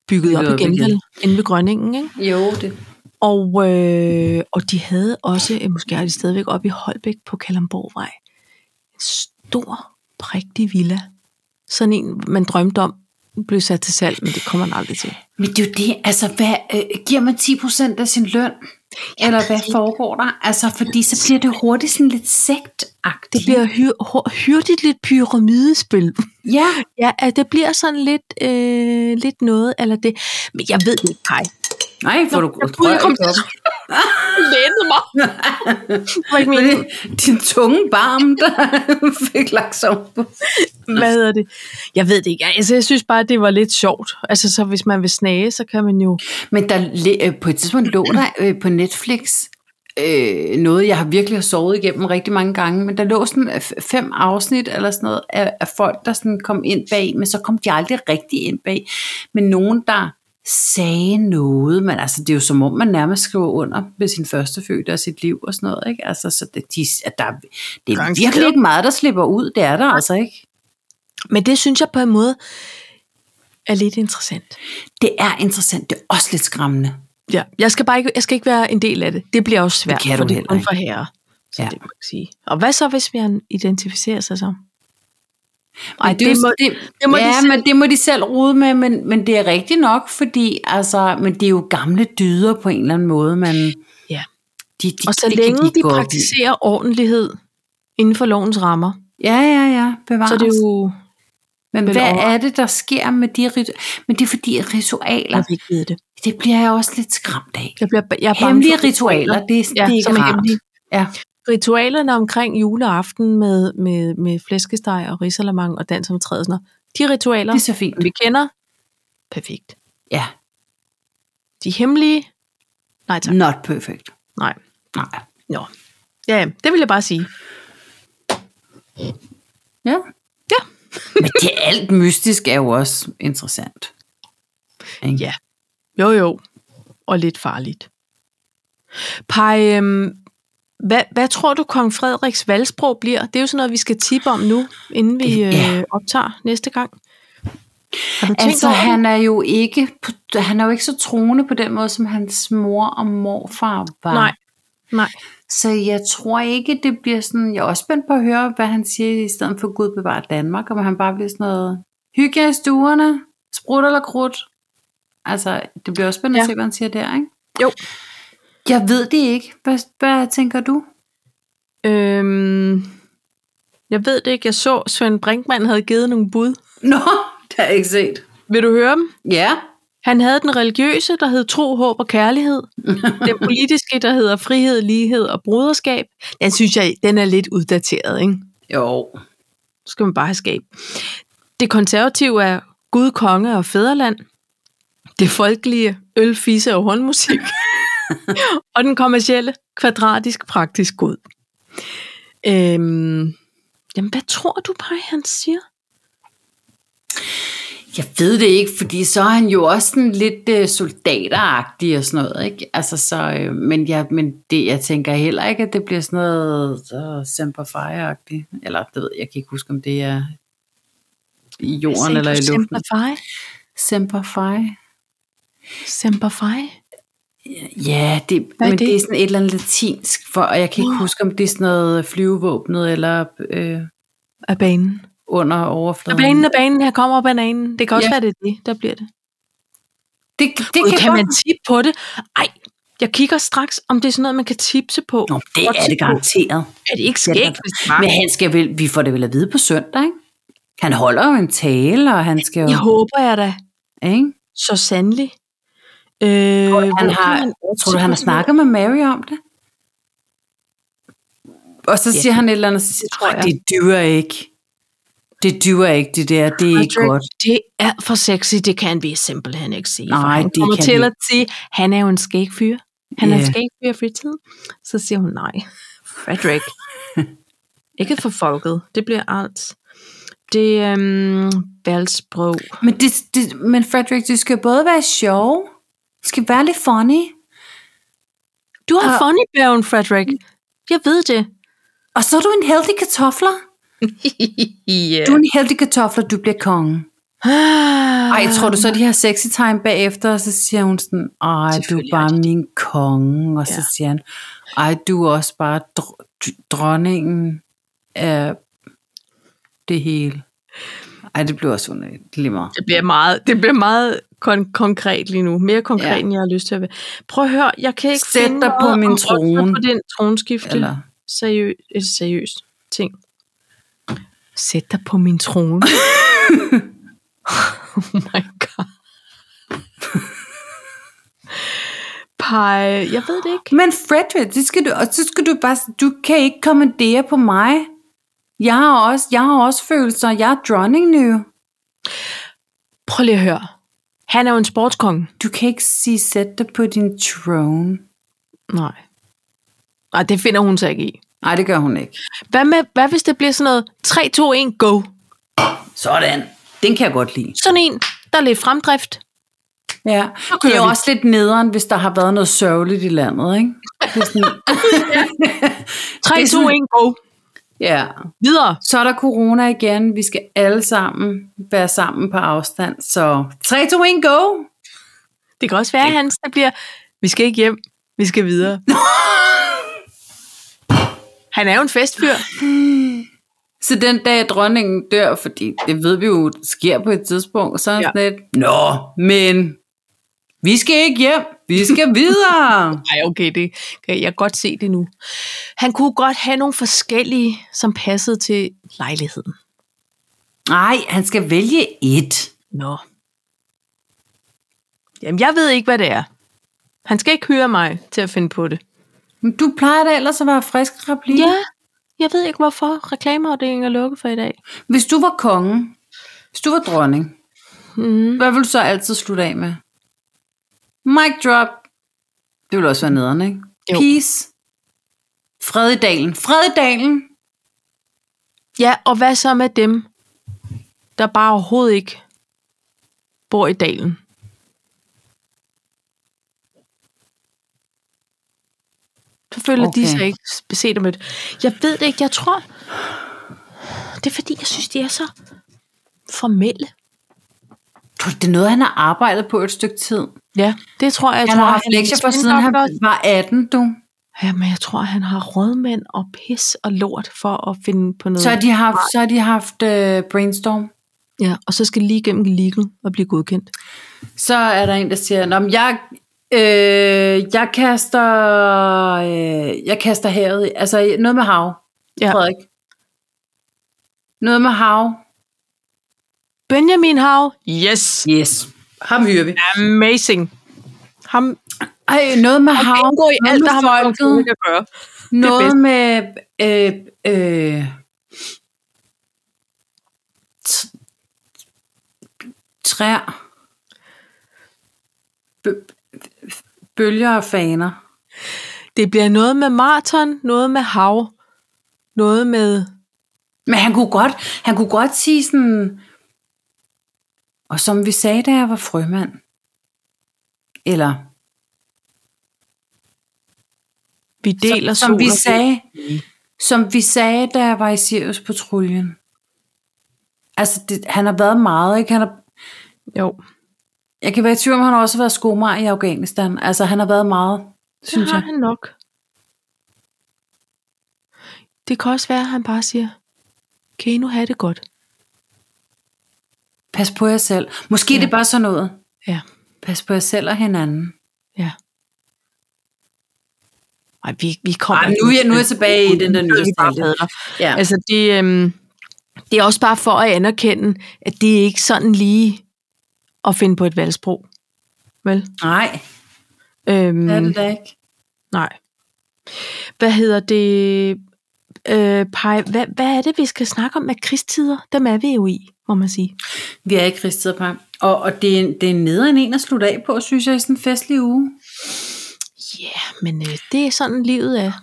Speaker 2: bygget
Speaker 1: Bygget
Speaker 2: op
Speaker 1: op
Speaker 2: igen,
Speaker 1: igen.
Speaker 2: vel, inde ved Grønningen, ikke?
Speaker 1: Jo, det
Speaker 2: Og, øh, og de havde også, øh, måske er de stadigvæk oppe i Holbæk på Kalamborgvej, en stor, prægtig villa. Sådan en, man drømte om blev sat til salg, men det kommer han aldrig til.
Speaker 1: Men det er jo det, altså hvad, øh, giver man 10% af sin løn? Eller hvad foregår der? Altså, fordi så bliver det hurtigt sådan lidt sektagtigt.
Speaker 2: Det bliver hyr- hurtigt lidt pyramidespil.
Speaker 1: Ja,
Speaker 2: Ja, at det bliver sådan lidt, øh, lidt noget, eller det. Men jeg ved det ikke, Kai.
Speaker 1: nej, får du
Speaker 2: jeg troede, jeg kom til at [LAUGHS] læne mig. Det var ikke
Speaker 1: Men
Speaker 2: [LAUGHS] meningen.
Speaker 1: det- din tunge barm, der [LAUGHS] fik lagt sig på.
Speaker 2: Hvad hedder det? Jeg ved det ikke. Altså, jeg synes bare, det var lidt sjovt. Altså, så hvis man vil snage, så kan man jo...
Speaker 1: Men der, le- øh, på et tidspunkt lå der øh, på Netflix øh, noget, jeg har virkelig har sovet igennem rigtig mange gange, men der lå sådan øh, f- fem afsnit eller sådan noget af, af folk, der sådan kom ind bag, men så kom de aldrig rigtig ind bag. Men nogen, der sagde noget, men altså det er jo som om, man nærmest skriver under med sin første fødte og sit liv og sådan noget, ikke? Altså, så det, de, at der, det er
Speaker 2: Garanteret.
Speaker 1: virkelig ikke meget, der slipper ud, det er der altså ikke.
Speaker 2: Men det synes jeg på en måde er lidt interessant.
Speaker 1: Det er interessant, det er også lidt skræmmende.
Speaker 2: Ja. Jeg skal bare ikke, jeg skal ikke være en del af det. Det bliver også svært,
Speaker 1: Det kan
Speaker 2: for
Speaker 1: du
Speaker 2: det er
Speaker 1: heller
Speaker 2: kun
Speaker 1: ikke.
Speaker 2: for herrer. Så
Speaker 1: Ja.
Speaker 2: ja. det kan man sige. Og hvad så, hvis man identificerer sig som?
Speaker 1: Ej, det, det, må, det, det må ja, de selv. men det må de selv rode med, men, men det er rigtigt nok, fordi altså, men det er jo gamle dyder på en eller anden måde, man, de,
Speaker 2: Ja.
Speaker 1: de,
Speaker 2: Og så
Speaker 1: det kan
Speaker 2: længe de
Speaker 1: gå op i.
Speaker 2: praktiserer ordentlighed inden for lovens rammer,
Speaker 1: Ja, ja, ja, bevares.
Speaker 2: så er det jo...
Speaker 1: men
Speaker 2: vel
Speaker 1: hvad
Speaker 2: over-
Speaker 1: er det, der sker med de ritualer? Men det er fordi at ritualer,
Speaker 2: Jeg vil ikke vide det.
Speaker 1: det bliver jeg også lidt skræmt af.
Speaker 2: Jeg bliver, jeg er bange
Speaker 1: Hemmelige
Speaker 2: for
Speaker 1: ritualer, det, er- det
Speaker 2: Ja,
Speaker 1: er ikke
Speaker 2: som er
Speaker 1: rart.
Speaker 2: hemmelige.
Speaker 1: Ja.
Speaker 2: Ritualerne omkring juleaften med, med, med flæskesteg og risalamang og dans om træet og sådan noget, de ritualer,
Speaker 1: Det er så fint.
Speaker 2: vi kender, perfekt.
Speaker 1: Ja,
Speaker 2: De hemmelige, nej tak.
Speaker 1: not perfect.
Speaker 2: Mm. Nej.
Speaker 1: Nej.
Speaker 2: Nå. Ja, ja, det vil jeg bare sige.
Speaker 1: Ja.
Speaker 2: Ja.
Speaker 1: men det alt mystisk er jo også
Speaker 2: [LAUGHS]
Speaker 1: interessant. Ikke?
Speaker 2: Ja. Jo, jo. Og lidt farligt. Pej, øhm, hvad, hvad tror du, kong Frederiks valgsprog bliver? Det er jo sådan noget, vi skal tippe om nu, inden vi øh,
Speaker 1: Ja.
Speaker 2: optager næste gang. Har du tænkt
Speaker 1: Altså,
Speaker 2: over det?
Speaker 1: han er jo ikke på- han er jo ikke så troende på den måde, som hans mor og morfar var.
Speaker 2: Nej. Nej.
Speaker 1: Så jeg tror ikke, det bliver sådan... Jeg er også spændt på at høre, hvad han siger, i stedet for Gud bevarer Danmark, om han bare bliver sådan noget... Hygge jer i stuerne, sprut eller krudt. Altså, det bliver også spændende ja.
Speaker 2: Ja.
Speaker 1: at se, hvad han siger der, ikke?
Speaker 2: Jo.
Speaker 1: Jeg ved det ikke. Hvad, hvad tænker du?
Speaker 2: Øhm, jeg ved det ikke. Jeg så, Svend Brinkmann havde givet nogle bud.
Speaker 1: Nå, [LAUGHS] det har jeg ikke set.
Speaker 2: Vil du høre dem?
Speaker 1: Ja.
Speaker 2: Han havde den religiøse, der hed tro, håb og
Speaker 1: [LAUGHS]
Speaker 2: kærlighed. Den politiske, der hedder frihed, lighed og broderskab. Den synes jeg, den er lidt uddateret, ikke?
Speaker 1: Jo.
Speaker 2: Så skal man bare have skab. Det konservative er Gud, konge og fædreland. Det folkelige, øl, fisse og
Speaker 1: [LAUGHS]
Speaker 2: håndmusik. og den kommercielle, kvadratisk, praktisk god. Øhm, jamen, hvad tror du, Paj, han siger?
Speaker 1: Jeg ved det ikke, fordi så er han jo også sådan lidt øh, soldateragtig og sådan noget, ikke? Altså, så, øh, men jeg, men det, jeg tænker heller ikke, at det bliver sådan noget så Semper Fi-agtigt. Eller det ved jeg, jeg kan ikke huske, om det er i jorden eller i luften.
Speaker 2: Semperfej.
Speaker 1: Semper Fi.
Speaker 2: Semperfej.
Speaker 1: Ja, det,
Speaker 2: Hvad
Speaker 1: men
Speaker 2: er
Speaker 1: det?
Speaker 2: det?
Speaker 1: det er sådan et eller andet latinsk, for, og jeg kan ikke huske, om det er sådan noget flyvevåbnet eller øh,
Speaker 2: Af banen.
Speaker 1: under
Speaker 2: Af
Speaker 1: overfladen.
Speaker 2: banen, af banen, her kommer bananen. Det kan også
Speaker 1: Ja.
Speaker 2: ja. være, det er det, der bliver det.
Speaker 1: Det, det
Speaker 2: Gud,
Speaker 1: kan,
Speaker 2: kan
Speaker 1: godt
Speaker 2: man tippe på det? Ej, jeg kigger straks, om det er sådan noget, man kan tipse på.
Speaker 1: Nå, det er det garanteret.
Speaker 2: Er det ikke
Speaker 1: Ja,
Speaker 2: skægt?
Speaker 1: der- Men han skal vel, vi får det vel at vide på søndag, ikke? Han holder jo en tale, og han skal jo...
Speaker 2: Jeg håber jeg da.
Speaker 1: Ikke?
Speaker 2: Så sandelig. Øh, hvor
Speaker 1: Han
Speaker 2: kan
Speaker 1: har,
Speaker 2: man
Speaker 1: tror du, han har
Speaker 2: optimere-
Speaker 1: snakket med Mary om det? Og så siger han et eller andet, så siger,
Speaker 2: det tror
Speaker 1: "Ej,
Speaker 2: jeg."
Speaker 1: det dyrer ikke. Det dyrer ikke, det der. Det er ikke
Speaker 2: Patrick,
Speaker 1: godt.
Speaker 2: Det er for sexy, det kan vi simpelthen ikke sige. for
Speaker 1: Nej,
Speaker 2: han
Speaker 1: det
Speaker 2: kommer
Speaker 1: kan
Speaker 2: til
Speaker 1: vi
Speaker 2: at sige, han er jo en skæg fyr. Han er
Speaker 1: Ja.
Speaker 2: en skæg fyr i fritiden. Så siger hun, nej, Frederik. [LAUGHS] ikke for folket, det bliver alt. Det er øhm, valgsprog.
Speaker 1: Men, det, det, men Frederik, det skal både være sjov, det skal være lidt funny,
Speaker 2: Du har
Speaker 1: Og-
Speaker 2: funny bæven, Frederik. Ah. Jeg ved
Speaker 1: [LAUGHS]
Speaker 2: det.
Speaker 1: og så er du en heldig kartofler.
Speaker 2: yeah.
Speaker 1: Du er en heldig kartofler, du bliver konge. Ej, tror du så, de har sexy time bagefter, og så siger hun sådan, ej, du er
Speaker 2: Selvfølgelig
Speaker 1: bare
Speaker 2: har de
Speaker 1: min konge, og så
Speaker 2: Ja.
Speaker 1: siger han, ej, du er også bare dr- dr- dronningen af det hele. Ej, det blev også underligt. Det er lige meget.
Speaker 2: Det bliver meget, det bliver meget kon- konkret lige nu. Mere konkret,
Speaker 1: Ja.
Speaker 2: ja. end jeg har lyst til at være. Prøv at høre, jeg kan ikke
Speaker 1: Sæt
Speaker 2: finde
Speaker 1: dig på
Speaker 2: noget
Speaker 1: min
Speaker 2: om voksne
Speaker 1: trone.
Speaker 2: på den tronskifte.
Speaker 1: Eller,
Speaker 2: seriøst, et seriøst ting. Sæt dig på min trone. [LAUGHS] oh my god. Pej, jeg ved det ikke.
Speaker 1: men Fredrik, det skal du, og så skal du bare, du kan ikke kommandere på mig. Jeg har også, jeg har også følelser, jeg er dronning nu.
Speaker 2: Prøv lige at høre. Han er jo en sportskonge.
Speaker 1: Du kan ikke sige, sæt dig på din throne.
Speaker 2: Nej. Nej, det finder hun sig ikke i.
Speaker 1: Nej, det gør hun ikke.
Speaker 2: Hvad, med, hvad hvis det bliver sådan noget 3, 2, 1, go?
Speaker 1: Sådan. Den kan jeg godt lide.
Speaker 2: Sådan en, der er lidt fremdrift.
Speaker 1: Ja.
Speaker 2: kører
Speaker 1: Det er jo
Speaker 2: vi.
Speaker 1: også lidt nederen, hvis der har været noget sørgeligt i landet, ikke? Det er
Speaker 2: [LAUGHS]
Speaker 1: sådan,
Speaker 2: 3,
Speaker 1: Det er
Speaker 2: 2,
Speaker 1: sådan-
Speaker 2: 1, go.
Speaker 1: ja.
Speaker 2: Videre.
Speaker 1: Så er der corona igen. Vi skal alle sammen være sammen på afstand. Så 3, 2, 1, go!
Speaker 2: Det kan også være, at hans, der bliver, vi skal ikke hjem, vi skal [LAUGHS] videre. Han er jo en festfyr.
Speaker 1: Så den dag dronningen dør, fordi det ved vi jo sker på et tidspunkt, så er ja.
Speaker 2: Ja.
Speaker 1: sådan lidt, Nå, men vi skal ikke hjem, vi skal
Speaker 2: [LAUGHS]
Speaker 1: videre.
Speaker 2: Nej, okay, det kan jeg godt se det nu. Han kunne godt have nogle forskellige, som passede til lejligheden.
Speaker 1: Nej, han skal vælge et.
Speaker 2: Nå. Jamen, jeg ved ikke, hvad det er. Han skal ikke høre mig til at finde på det.
Speaker 1: Men Du plejer da ellers at være frisk, Rabline.
Speaker 2: Ja, jeg ved ikke, hvorfor reklameafdelingen er lukket for i dag.
Speaker 1: Hvis du var konge, hvis du var dronning,
Speaker 2: Mm.
Speaker 1: hvad ville du så altid slutte af med? Mic drop. Det ville også være nederen, ikke?
Speaker 2: Jo.
Speaker 1: Peace. Fred i dalen. Fred i dalen.
Speaker 2: Ja, og hvad så med dem, der bare overhovedet ikke bor i dalen? Så føler okay. de
Speaker 1: Okay.
Speaker 2: sig ikke beset og mødt. Jeg ved det ikke, jeg tror... Det er fordi, jeg synes, de er så formelle.
Speaker 1: Tror du, det er noget, han har arbejdet på et stykke tid?
Speaker 2: Ja, det tror jeg. jeg
Speaker 1: Han
Speaker 2: tror,
Speaker 1: har haft lektier for siden han var 18, du.
Speaker 2: Ja, men jeg tror, han har rådmænd og pis og lort for at finde på noget.
Speaker 1: Så har de haft, så har de haft uh, brainstorm.
Speaker 2: Ja, og så skal det lige igennem legal og blive godkendt.
Speaker 1: Så er der en, der siger, Nå, men jeg, øh, jeg kaster, øh, jeg kaster havet, i." altså noget med hav, ja.
Speaker 2: Ja.
Speaker 1: Frederik. Noget med hav.
Speaker 2: Benjamin Hav, yes!
Speaker 1: Yes. Ham hyrer vi.
Speaker 2: Amazing. Ham
Speaker 1: Ej, noget med hav.
Speaker 2: indgår i
Speaker 1: noget
Speaker 2: alt,
Speaker 1: med
Speaker 2: der har med
Speaker 1: folket,
Speaker 2: alkoholik at gøre.
Speaker 1: Noget med, øh, øh, t- træer. Bø- bølger og faner.
Speaker 2: Det bliver noget med maraton, noget med hav, noget med...
Speaker 1: Men han kunne godt, han kunne godt sige sådan, og som vi sagde, da jeg var frømand, eller
Speaker 2: Vi deler
Speaker 1: som,
Speaker 2: sol
Speaker 1: som vi
Speaker 2: og vind.
Speaker 1: sagde, som vi sagde, da jeg var i Sirius patruljen. Altså, det, han har været meget, ikke? Han har,
Speaker 2: Jo,
Speaker 1: jeg kan være i tvivl om, han har også været skomager i Afghanistan. Altså, han har været meget,
Speaker 2: det
Speaker 1: synes
Speaker 2: har
Speaker 1: jeg.
Speaker 2: han nok. Det kan også være, at han bare siger, kan I nu have det godt?
Speaker 1: Pas på jer selv. Måske ja. det er bare sådan noget.
Speaker 2: Ja,
Speaker 1: Pas på jer selv og hinanden.
Speaker 2: ja. Ej, vi, vi kommer...
Speaker 1: Ej, nu er jeg- nu er jeg tilbage i den der
Speaker 2: Nu er vi bare
Speaker 1: nytårstale.
Speaker 2: padler.
Speaker 1: Ja. Altså,
Speaker 2: Altså, det, øhm, det er også bare for at anerkende, at det er ikke sådan lige at finde på et valgsprog. Vel?
Speaker 1: nej,
Speaker 2: Øhm,
Speaker 1: det er det da ikke.
Speaker 2: Nej. Hvad hedder det? Øh, Paj, hvad, hvad er det, vi skal snakke om med krigstider? Dem er vi jo i, må man sige.
Speaker 1: Vi er i krigstid på Og, og det, er, en- det er nederen en at slutte af på, synes jeg, i sådan en festlig uge.
Speaker 2: Ja, yeah, men øh, det er sådan, livet er. Det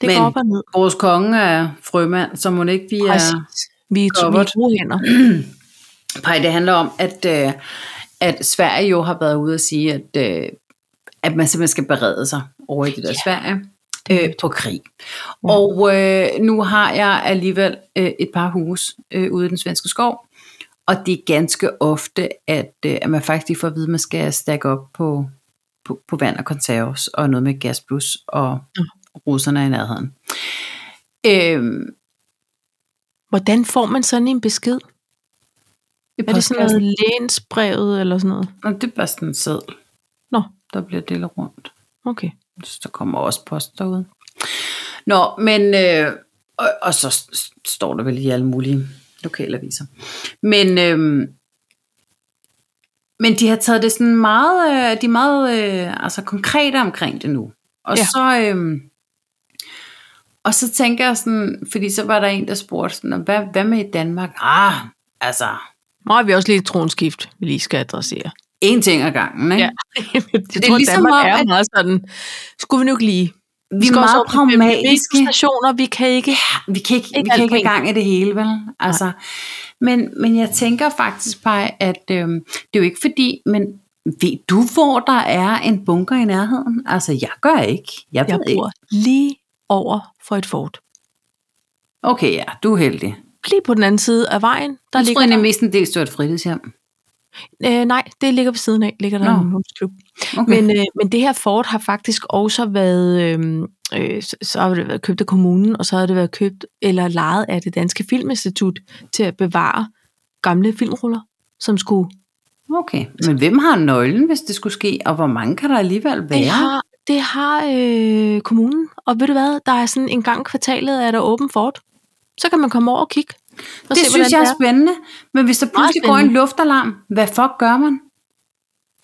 Speaker 1: Men-
Speaker 2: men, går op og ned.
Speaker 1: Vores konge er frømand, så må det ikke vi er...
Speaker 2: Vi er to vi
Speaker 1: Covert.
Speaker 2: er gode hænder.
Speaker 1: Pej, det handler om, at, øh, at Sverige jo har været ude og sige, at, øh, at man simpelthen skal berede sig over i det der yeah. Sverige øh, på krig.
Speaker 2: Ja.
Speaker 1: Og øh, nu har jeg alligevel øh, et par hus øh, ude i den svenske skov, og det er ganske ofte, at, øh, at man faktisk får at vide, at man skal stakke op på, på, på vand og konserves, og noget med gasplus, og
Speaker 2: Mm.
Speaker 1: russerne er i nærheden. Øhm,
Speaker 2: Hvordan får man sådan en besked?
Speaker 1: I
Speaker 2: Er det sådan
Speaker 1: postkassen.
Speaker 2: noget lænsbrevet eller sådan noget?
Speaker 1: Nå, det er bare sådan en seddel,
Speaker 2: Nå,
Speaker 1: der bliver delt rundt.
Speaker 2: okay.
Speaker 1: Så der kommer også post derude. Nå, men... Øh, og, og så s- s- står der vel i alle mulige lokalaviser. Men... Øh, men de har taget det sådan meget, øh, de er meget øh, altså konkrete omkring det nu. Og ja.
Speaker 2: Ja.
Speaker 1: så øh, og så tænker jeg sådan, fordi så var der en, der spurgte sådan, "Nå, hvad, hvad med i Danmark? Ah, altså,
Speaker 2: Nu har vi også lige et tronskift, vi lige skal
Speaker 1: [LAUGHS]
Speaker 2: adressere.
Speaker 1: en ting ad gangen, ikke?
Speaker 2: Ja. jeg
Speaker 1: er ligesom
Speaker 2: tror, ligesom Danmark
Speaker 1: om,
Speaker 2: er
Speaker 1: at-
Speaker 2: meget sådan, skulle vi nu ikke lige...
Speaker 1: Vi er
Speaker 2: skal også
Speaker 1: meget
Speaker 2: op til
Speaker 1: pragmatiske.
Speaker 2: stationer, vi kan ikke...
Speaker 1: vi kan ikke, vi
Speaker 2: Ikke
Speaker 1: kan
Speaker 2: alt
Speaker 1: ikke
Speaker 2: på
Speaker 1: have
Speaker 2: en
Speaker 1: gang i det hele, vel? Altså, men, men jeg tænker faktisk på, at øhm, det er jo ikke fordi, men ved du, hvor der er en bunker i nærheden? Altså, jeg gør ikke. Jeg,
Speaker 2: Jeg
Speaker 1: ved ikke.
Speaker 2: bor lige over for et fort.
Speaker 1: Okay, ja, du er heldig.
Speaker 2: Lige på den anden side af vejen, der
Speaker 1: Jeg tror
Speaker 2: ligger der,
Speaker 1: egentlig mest en del et fritidshjem.
Speaker 2: øh, nej, det ligger ved siden af, ligger der
Speaker 1: Nå.
Speaker 2: Nå. en ungdomsklub.
Speaker 1: Okay.
Speaker 2: Men, øh, men det her fort har faktisk også været, øh, øh, så- så har det været købt af kommunen, og så har det været købt eller lejet af det danske filminstitut til at bevare gamle filmruller, som skulle...
Speaker 1: okay, men hvem har nøglen, hvis det skulle ske, og hvor mange kan der alligevel
Speaker 2: Det
Speaker 1: være?
Speaker 2: har, det har øh, kommunen, og ved du hvad, der er sådan en gang i kvartalet, er der åben fort. Så kan man komme over og kigge. Og
Speaker 1: Det synes jeg er spændende, men hvis der pludselig går en
Speaker 2: spændende.
Speaker 1: luftalarm, hvad fuck gør man?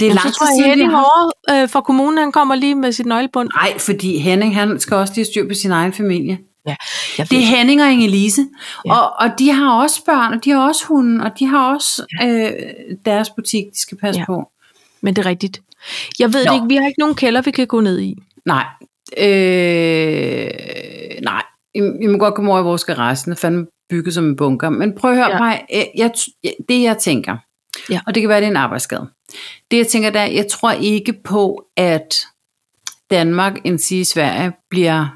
Speaker 1: Det er
Speaker 2: Jamen,
Speaker 1: langt
Speaker 2: så tror
Speaker 1: siden,
Speaker 2: jeg,
Speaker 1: vi
Speaker 2: Henning
Speaker 1: har-
Speaker 2: over øh, fra kommunen, han kommer lige med sit nøglebund.
Speaker 1: Nej, fordi Henning, han skal også lige have styr på sin egen familie.
Speaker 2: Ja, jeg
Speaker 1: Det er Henning og Inge-Lise. Ja.
Speaker 2: Ja.
Speaker 1: Og, og de har også børn, og de har også hunde, og de har også øh, deres butik, de skal passe ja.
Speaker 2: Ja.
Speaker 1: på.
Speaker 2: Men det er rigtigt. Jeg ved
Speaker 1: Nå.
Speaker 2: det ikke, vi har ikke nogen kælder, vi kan gå ned i.
Speaker 1: Nej. Øh, nej. I, I må godt komme over i vores garage. Den er fandme bygget som en bunker. Men prøv at høre ja.
Speaker 2: Ja.
Speaker 1: mig. øh, Jeg, jeg, det jeg tænker,
Speaker 2: Ja.
Speaker 1: og det kan være, det er en arbejdsskade. Det jeg tænker, der, jeg tror ikke på, at Danmark, end sige Sverige, bliver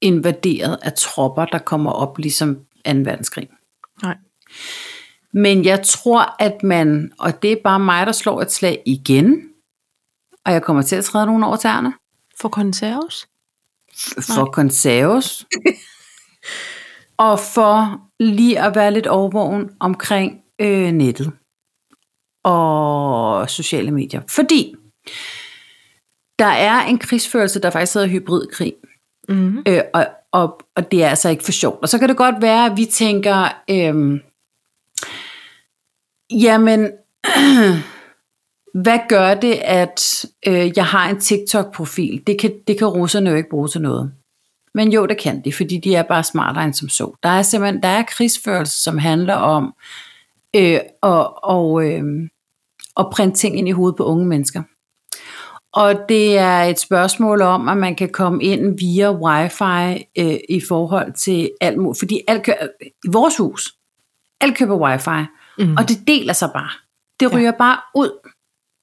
Speaker 1: invaderet af tropper, der kommer op ligesom 2. verdenskrig.
Speaker 2: Nej.
Speaker 1: Men jeg tror, at man, og det er bare mig, der slår et slag igen, og jeg kommer til at træde nogen over tæerne.
Speaker 2: For konserves?
Speaker 1: For konserves. og for lige at være lidt overvågen omkring øh, nettet og sociale medier. Fordi der er en krigsførelse, der faktisk hedder hybridkrig.
Speaker 2: Mm-hmm.
Speaker 1: Øh, og, og, og det er altså ikke for sjovt. Og så kan det godt være, at vi tænker, øh, jamen, [CLEARS THROAT] hvad gør det, at øh, jeg har en TikTok-profil? Det kan, det kan russerne jo ikke bruge til noget. Men jo, det kan de, fordi de er bare smartere end som så. Der er simpelthen der er krigsførelse, som handler om øh, og, og, øh, at printe ting ind i hovedet på unge mennesker. Og det er et spørgsmål om, at man kan komme ind via wifi øh, i forhold til alt muligt. Fordi alt kø- i vores hus, alt køber wifi, mm.
Speaker 2: Mm.
Speaker 1: og det deler sig bare. Det
Speaker 2: Ja.
Speaker 1: ryger ja. bare ud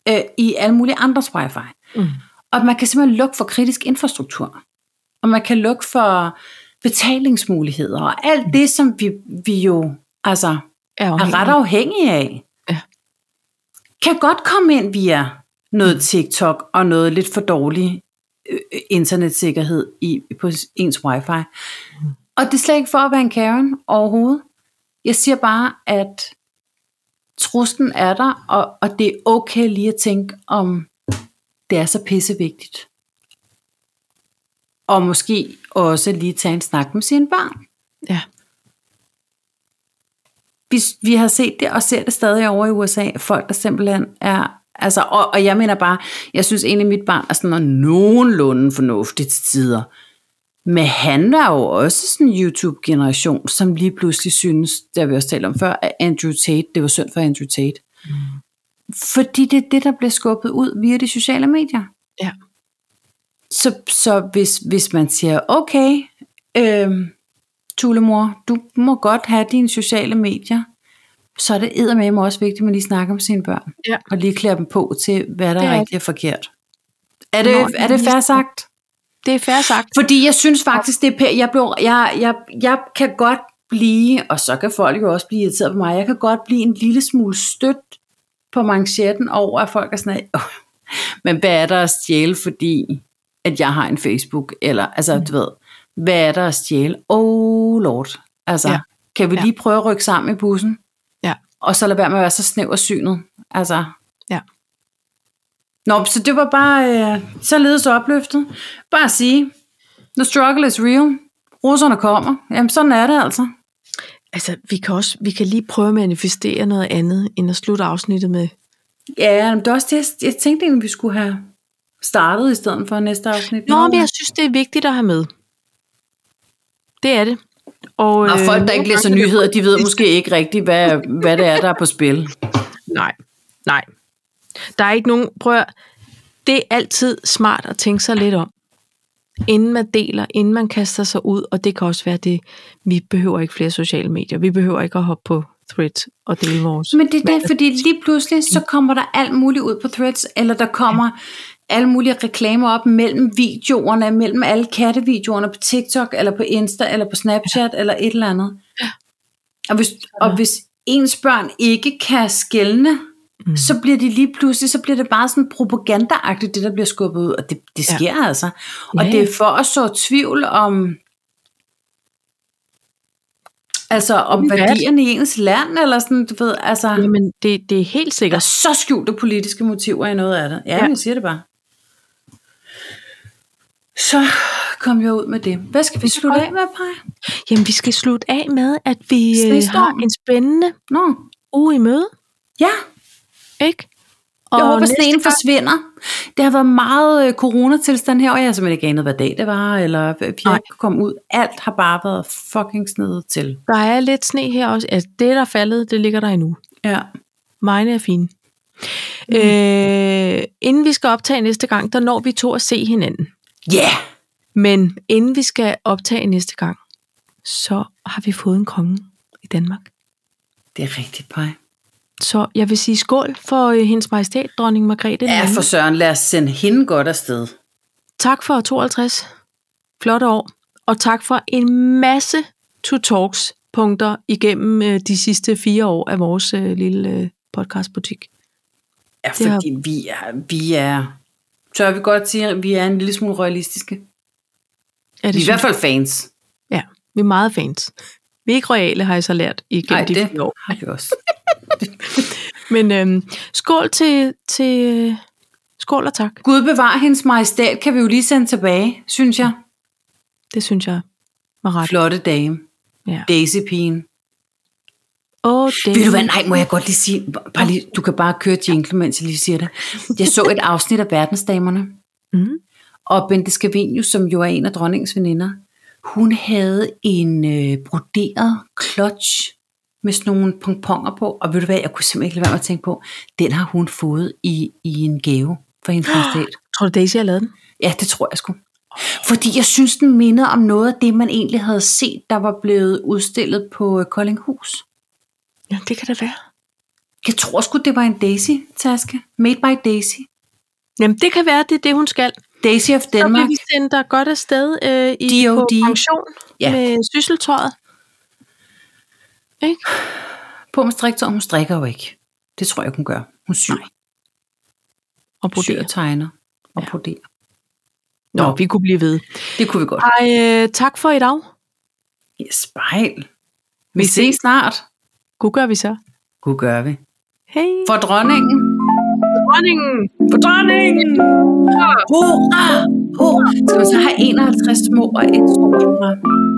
Speaker 1: øh, i alle mulige andres wifi.
Speaker 2: Mm.
Speaker 1: Og man kan simpelthen lukke for kritisk infrastruktur. Og man kan lukke for betalingsmuligheder og
Speaker 2: Mm.
Speaker 1: alt det, som vi, vi jo altså,
Speaker 2: Er
Speaker 1: er ret afhængige af,
Speaker 2: Ja.
Speaker 1: kan godt komme ind via noget TikTok og noget lidt for dårlig øh, øh, internetsikkerhed i, på ens wifi.
Speaker 2: Mm.
Speaker 1: Og det er slet ikke for at være en Karen overhovedet. Jeg siger bare, at truslen er der, og, og det er okay lige at tænke, om det er så pissevigtigt. Og måske også lige tage en snak med sine børn
Speaker 2: Ja.
Speaker 1: vi, vi har set det og ser det stadig over i USA. Folk, der simpelthen er... Altså, og, og jeg mener bare, jeg synes egentlig, mit barn er sådan noget nogenlunde fornuftigt til tider. Men han er jo også sådan en YouTube-generation, som lige pludselig synes, der vi også talte om før, at Andrew Tate, det var synd for Andrew Tate. Mm. Fordi det er det, der bliver skubbet ud via de sociale medier.
Speaker 2: Ja.
Speaker 1: Så, så hvis, hvis man siger, okay, øhm, Tulemor, du må godt have dine sociale medier, så er det med også vigtigt, at man lige snakker om sine børn.
Speaker 2: Ja.
Speaker 1: Og lige klæder dem på til, hvad der
Speaker 2: Det
Speaker 1: er
Speaker 2: er
Speaker 1: rigtigt og forkert. Er det,
Speaker 2: Nå,
Speaker 1: er det fair
Speaker 2: lige-
Speaker 1: sagt?
Speaker 2: Det er fair sagt.
Speaker 1: Fordi jeg synes faktisk, det er pæ- jeg, blev, jeg, jeg, jeg kan godt blive, og så kan folk jo også blive irriteret på mig, jeg kan godt blive en lille smule stødt på manchetten over, at folk er sådan, "Åh, men hvad er der at stjæle, fordi at jeg har en Facebook, eller altså,
Speaker 2: Mm.
Speaker 1: du ved, hvad er der at stjæle? Oh lord, altså, ja.
Speaker 2: Ja.
Speaker 1: kan vi
Speaker 2: Ja.
Speaker 1: lige prøve at rykke sammen i bussen?
Speaker 2: Ja.
Speaker 1: Og så lad være med at være så snæv og synet. Altså.
Speaker 2: Ja.
Speaker 1: Nå, så det var bare, øh, så ledes opløftet. Bare at sige, the struggle is real. Russerne kommer. Jamen, sådan er det altså.
Speaker 2: Altså, vi kan, også, vi kan lige prøve at manifestere noget andet, end at slutte afsnittet med.
Speaker 1: Ja, men det er også det, jeg- jeg tænkte egentlig, vi skulle have startet i stedet for næste afsnit.
Speaker 2: Nå, men jeg synes, det er vigtigt at have med. Det er det. Og,
Speaker 1: Og
Speaker 2: øh,
Speaker 1: folk, der ikke
Speaker 2: nogle
Speaker 1: læser
Speaker 2: gange kan det-
Speaker 1: nyheder, de ved måske ikke rigtigt, hvad, hvad det er, der er på spil.
Speaker 2: Nej, nej. Der er ikke nogen... Prøv at, høre. Det er altid smart at tænke sig lidt om. Inden man deler, inden man kaster sig ud, og det kan også være det, vi behøver ikke flere sociale medier. Vi behøver ikke at hoppe på threads og dele vores.
Speaker 1: Men det er det, fordi lige pludselig, så kommer der alt muligt ud på threads, eller der kommer alle mulige reklamer op mellem videoerne, mellem alle kattevideoerne på TikTok, eller på Insta, eller på Snapchat, eller et eller andet. Og hvis, og hvis ens børn ikke kan skælne, mm. så bliver de lige pludselig, så bliver det bare sådan propagandaagtigt, det der bliver skubbet ud, og det, det
Speaker 2: Ja.
Speaker 1: sker ja. altså. Og
Speaker 2: Ja,
Speaker 1: det
Speaker 2: ja.
Speaker 1: er for at så tvivl om, altså om
Speaker 2: Hvad?
Speaker 1: værdierne i ens land, eller sådan, du ved, altså.
Speaker 2: Jamen, det, det er helt
Speaker 1: Der
Speaker 2: sikkert.
Speaker 1: er så skjulte politiske motiver i noget af det. Ja, ja.
Speaker 2: Ja.
Speaker 1: jeg siger det bare. Så kom jeg ud med det. Hvad skal vi slutte af med, Paj?
Speaker 2: Jamen, vi skal slutte af med, at vi øh,
Speaker 1: Snestorm.
Speaker 2: har en spændende
Speaker 1: Nå,
Speaker 2: uge i møde,
Speaker 1: ja.
Speaker 2: ikke?
Speaker 1: Jeg og håber,
Speaker 2: næste
Speaker 1: sneen
Speaker 2: gang-
Speaker 1: forsvinder. Det har været meget øh, coronatilstand her, og jeg har simpelthen ikke anet, hvad dag det var, eller hvad- vi har
Speaker 2: Nej.
Speaker 1: ikke komme ud. Alt har bare været fucking snedet til.
Speaker 2: Der er lidt sne her også. Altså, det, der er faldet, det ligger der endnu.
Speaker 1: Ja.
Speaker 2: Mine er fine. Mm. Øh, inden vi skal optage næste gang, der når vi to at se hinanden.
Speaker 1: Ja! Yeah.
Speaker 2: Men inden vi skal optage næste gang, så har vi fået en konge i Danmark.
Speaker 1: Det er rigtigt, Paj.
Speaker 2: Så jeg vil sige skål for øh, hendes majestæt, dronning Margrethe. den
Speaker 1: Ja,
Speaker 2: anden.
Speaker 1: for søren, lad os sende hende godt afsted.
Speaker 2: Tak for 52 flotte år, og tak for en masse to talks punkter igennem øh, de sidste fire år af vores øh, lille øh, podcastbutik.
Speaker 1: Ja,
Speaker 2: Det har-
Speaker 1: fordi vi er, vi er, tør vi godt sige, at vi er en lille smule royalistiske.
Speaker 2: Er
Speaker 1: Vi er i hvert fald fans.
Speaker 2: Ja, vi er meget fans. Vi er ikke royale, har jeg så lært igennem
Speaker 1: Nej,
Speaker 2: de
Speaker 1: det
Speaker 2: fire år.
Speaker 1: har vi også.
Speaker 2: Men øhm, skål til, til øh, skål og tak.
Speaker 1: Gud bevar hendes majestæt, kan vi jo lige sende tilbage, synes jeg.
Speaker 2: Det synes jeg var ret.
Speaker 1: Flotte dame.
Speaker 2: Ja.
Speaker 1: Daisy pigen.
Speaker 2: Og det,
Speaker 1: Ved du hvad, nej, må jeg godt lige sige, bare lige, du kan bare køre jingle, mens jeg lige siger det. Jeg så et afsnit af Verdensdamerne,
Speaker 2: Mm.
Speaker 1: og Bente Scavenius, som jo er en af dronningens veninder, hun havde en øh, broderet klodge med sådan nogle pomponger på, og ved du hvad, jeg kunne simpelthen ikke lade være med at tænke på, den har hun fået i, i en gave for
Speaker 2: [GASPS]
Speaker 1: hendes majestæt.
Speaker 2: Tror du, Daisy har lavet den?
Speaker 1: Ja, det tror jeg sgu. Fordi jeg synes, den minder om noget af det, man egentlig havde set, der var blevet udstillet på øh, Koldinghus.
Speaker 2: Ja, det kan det være.
Speaker 1: Jeg tror sgu, det var en Daisy-taske. Made by Daisy.
Speaker 2: Jamen, det kan være, det er det, hun skal.
Speaker 1: Daisy of
Speaker 2: Så bliver
Speaker 1: Denmark.
Speaker 2: vi sendt dig godt afsted øh, i på
Speaker 1: DOD.
Speaker 2: pension
Speaker 1: Ja.
Speaker 2: ja. med sysseltøjet. Ikke?
Speaker 1: På med striktøj, hun strikker jo ikke. Det tror jeg, hun gør. Hun syr.
Speaker 2: Og
Speaker 1: Hun syr,
Speaker 2: broderer.
Speaker 1: tegner og
Speaker 2: Ja.
Speaker 1: broderer.
Speaker 2: Nå, vi kunne blive ved.
Speaker 1: Det kunne vi godt.
Speaker 2: Ej, øh, tak for i dag.
Speaker 1: Ja, spejl. Vi
Speaker 2: Vi
Speaker 1: ses snart.
Speaker 2: God gør vi så.
Speaker 1: Gud gør vi.
Speaker 2: Hej.
Speaker 1: For dronningen.
Speaker 2: dronningen.
Speaker 1: For dronningen. Hurra. Hurra. Skal man så have 51 små og et stort? hurra?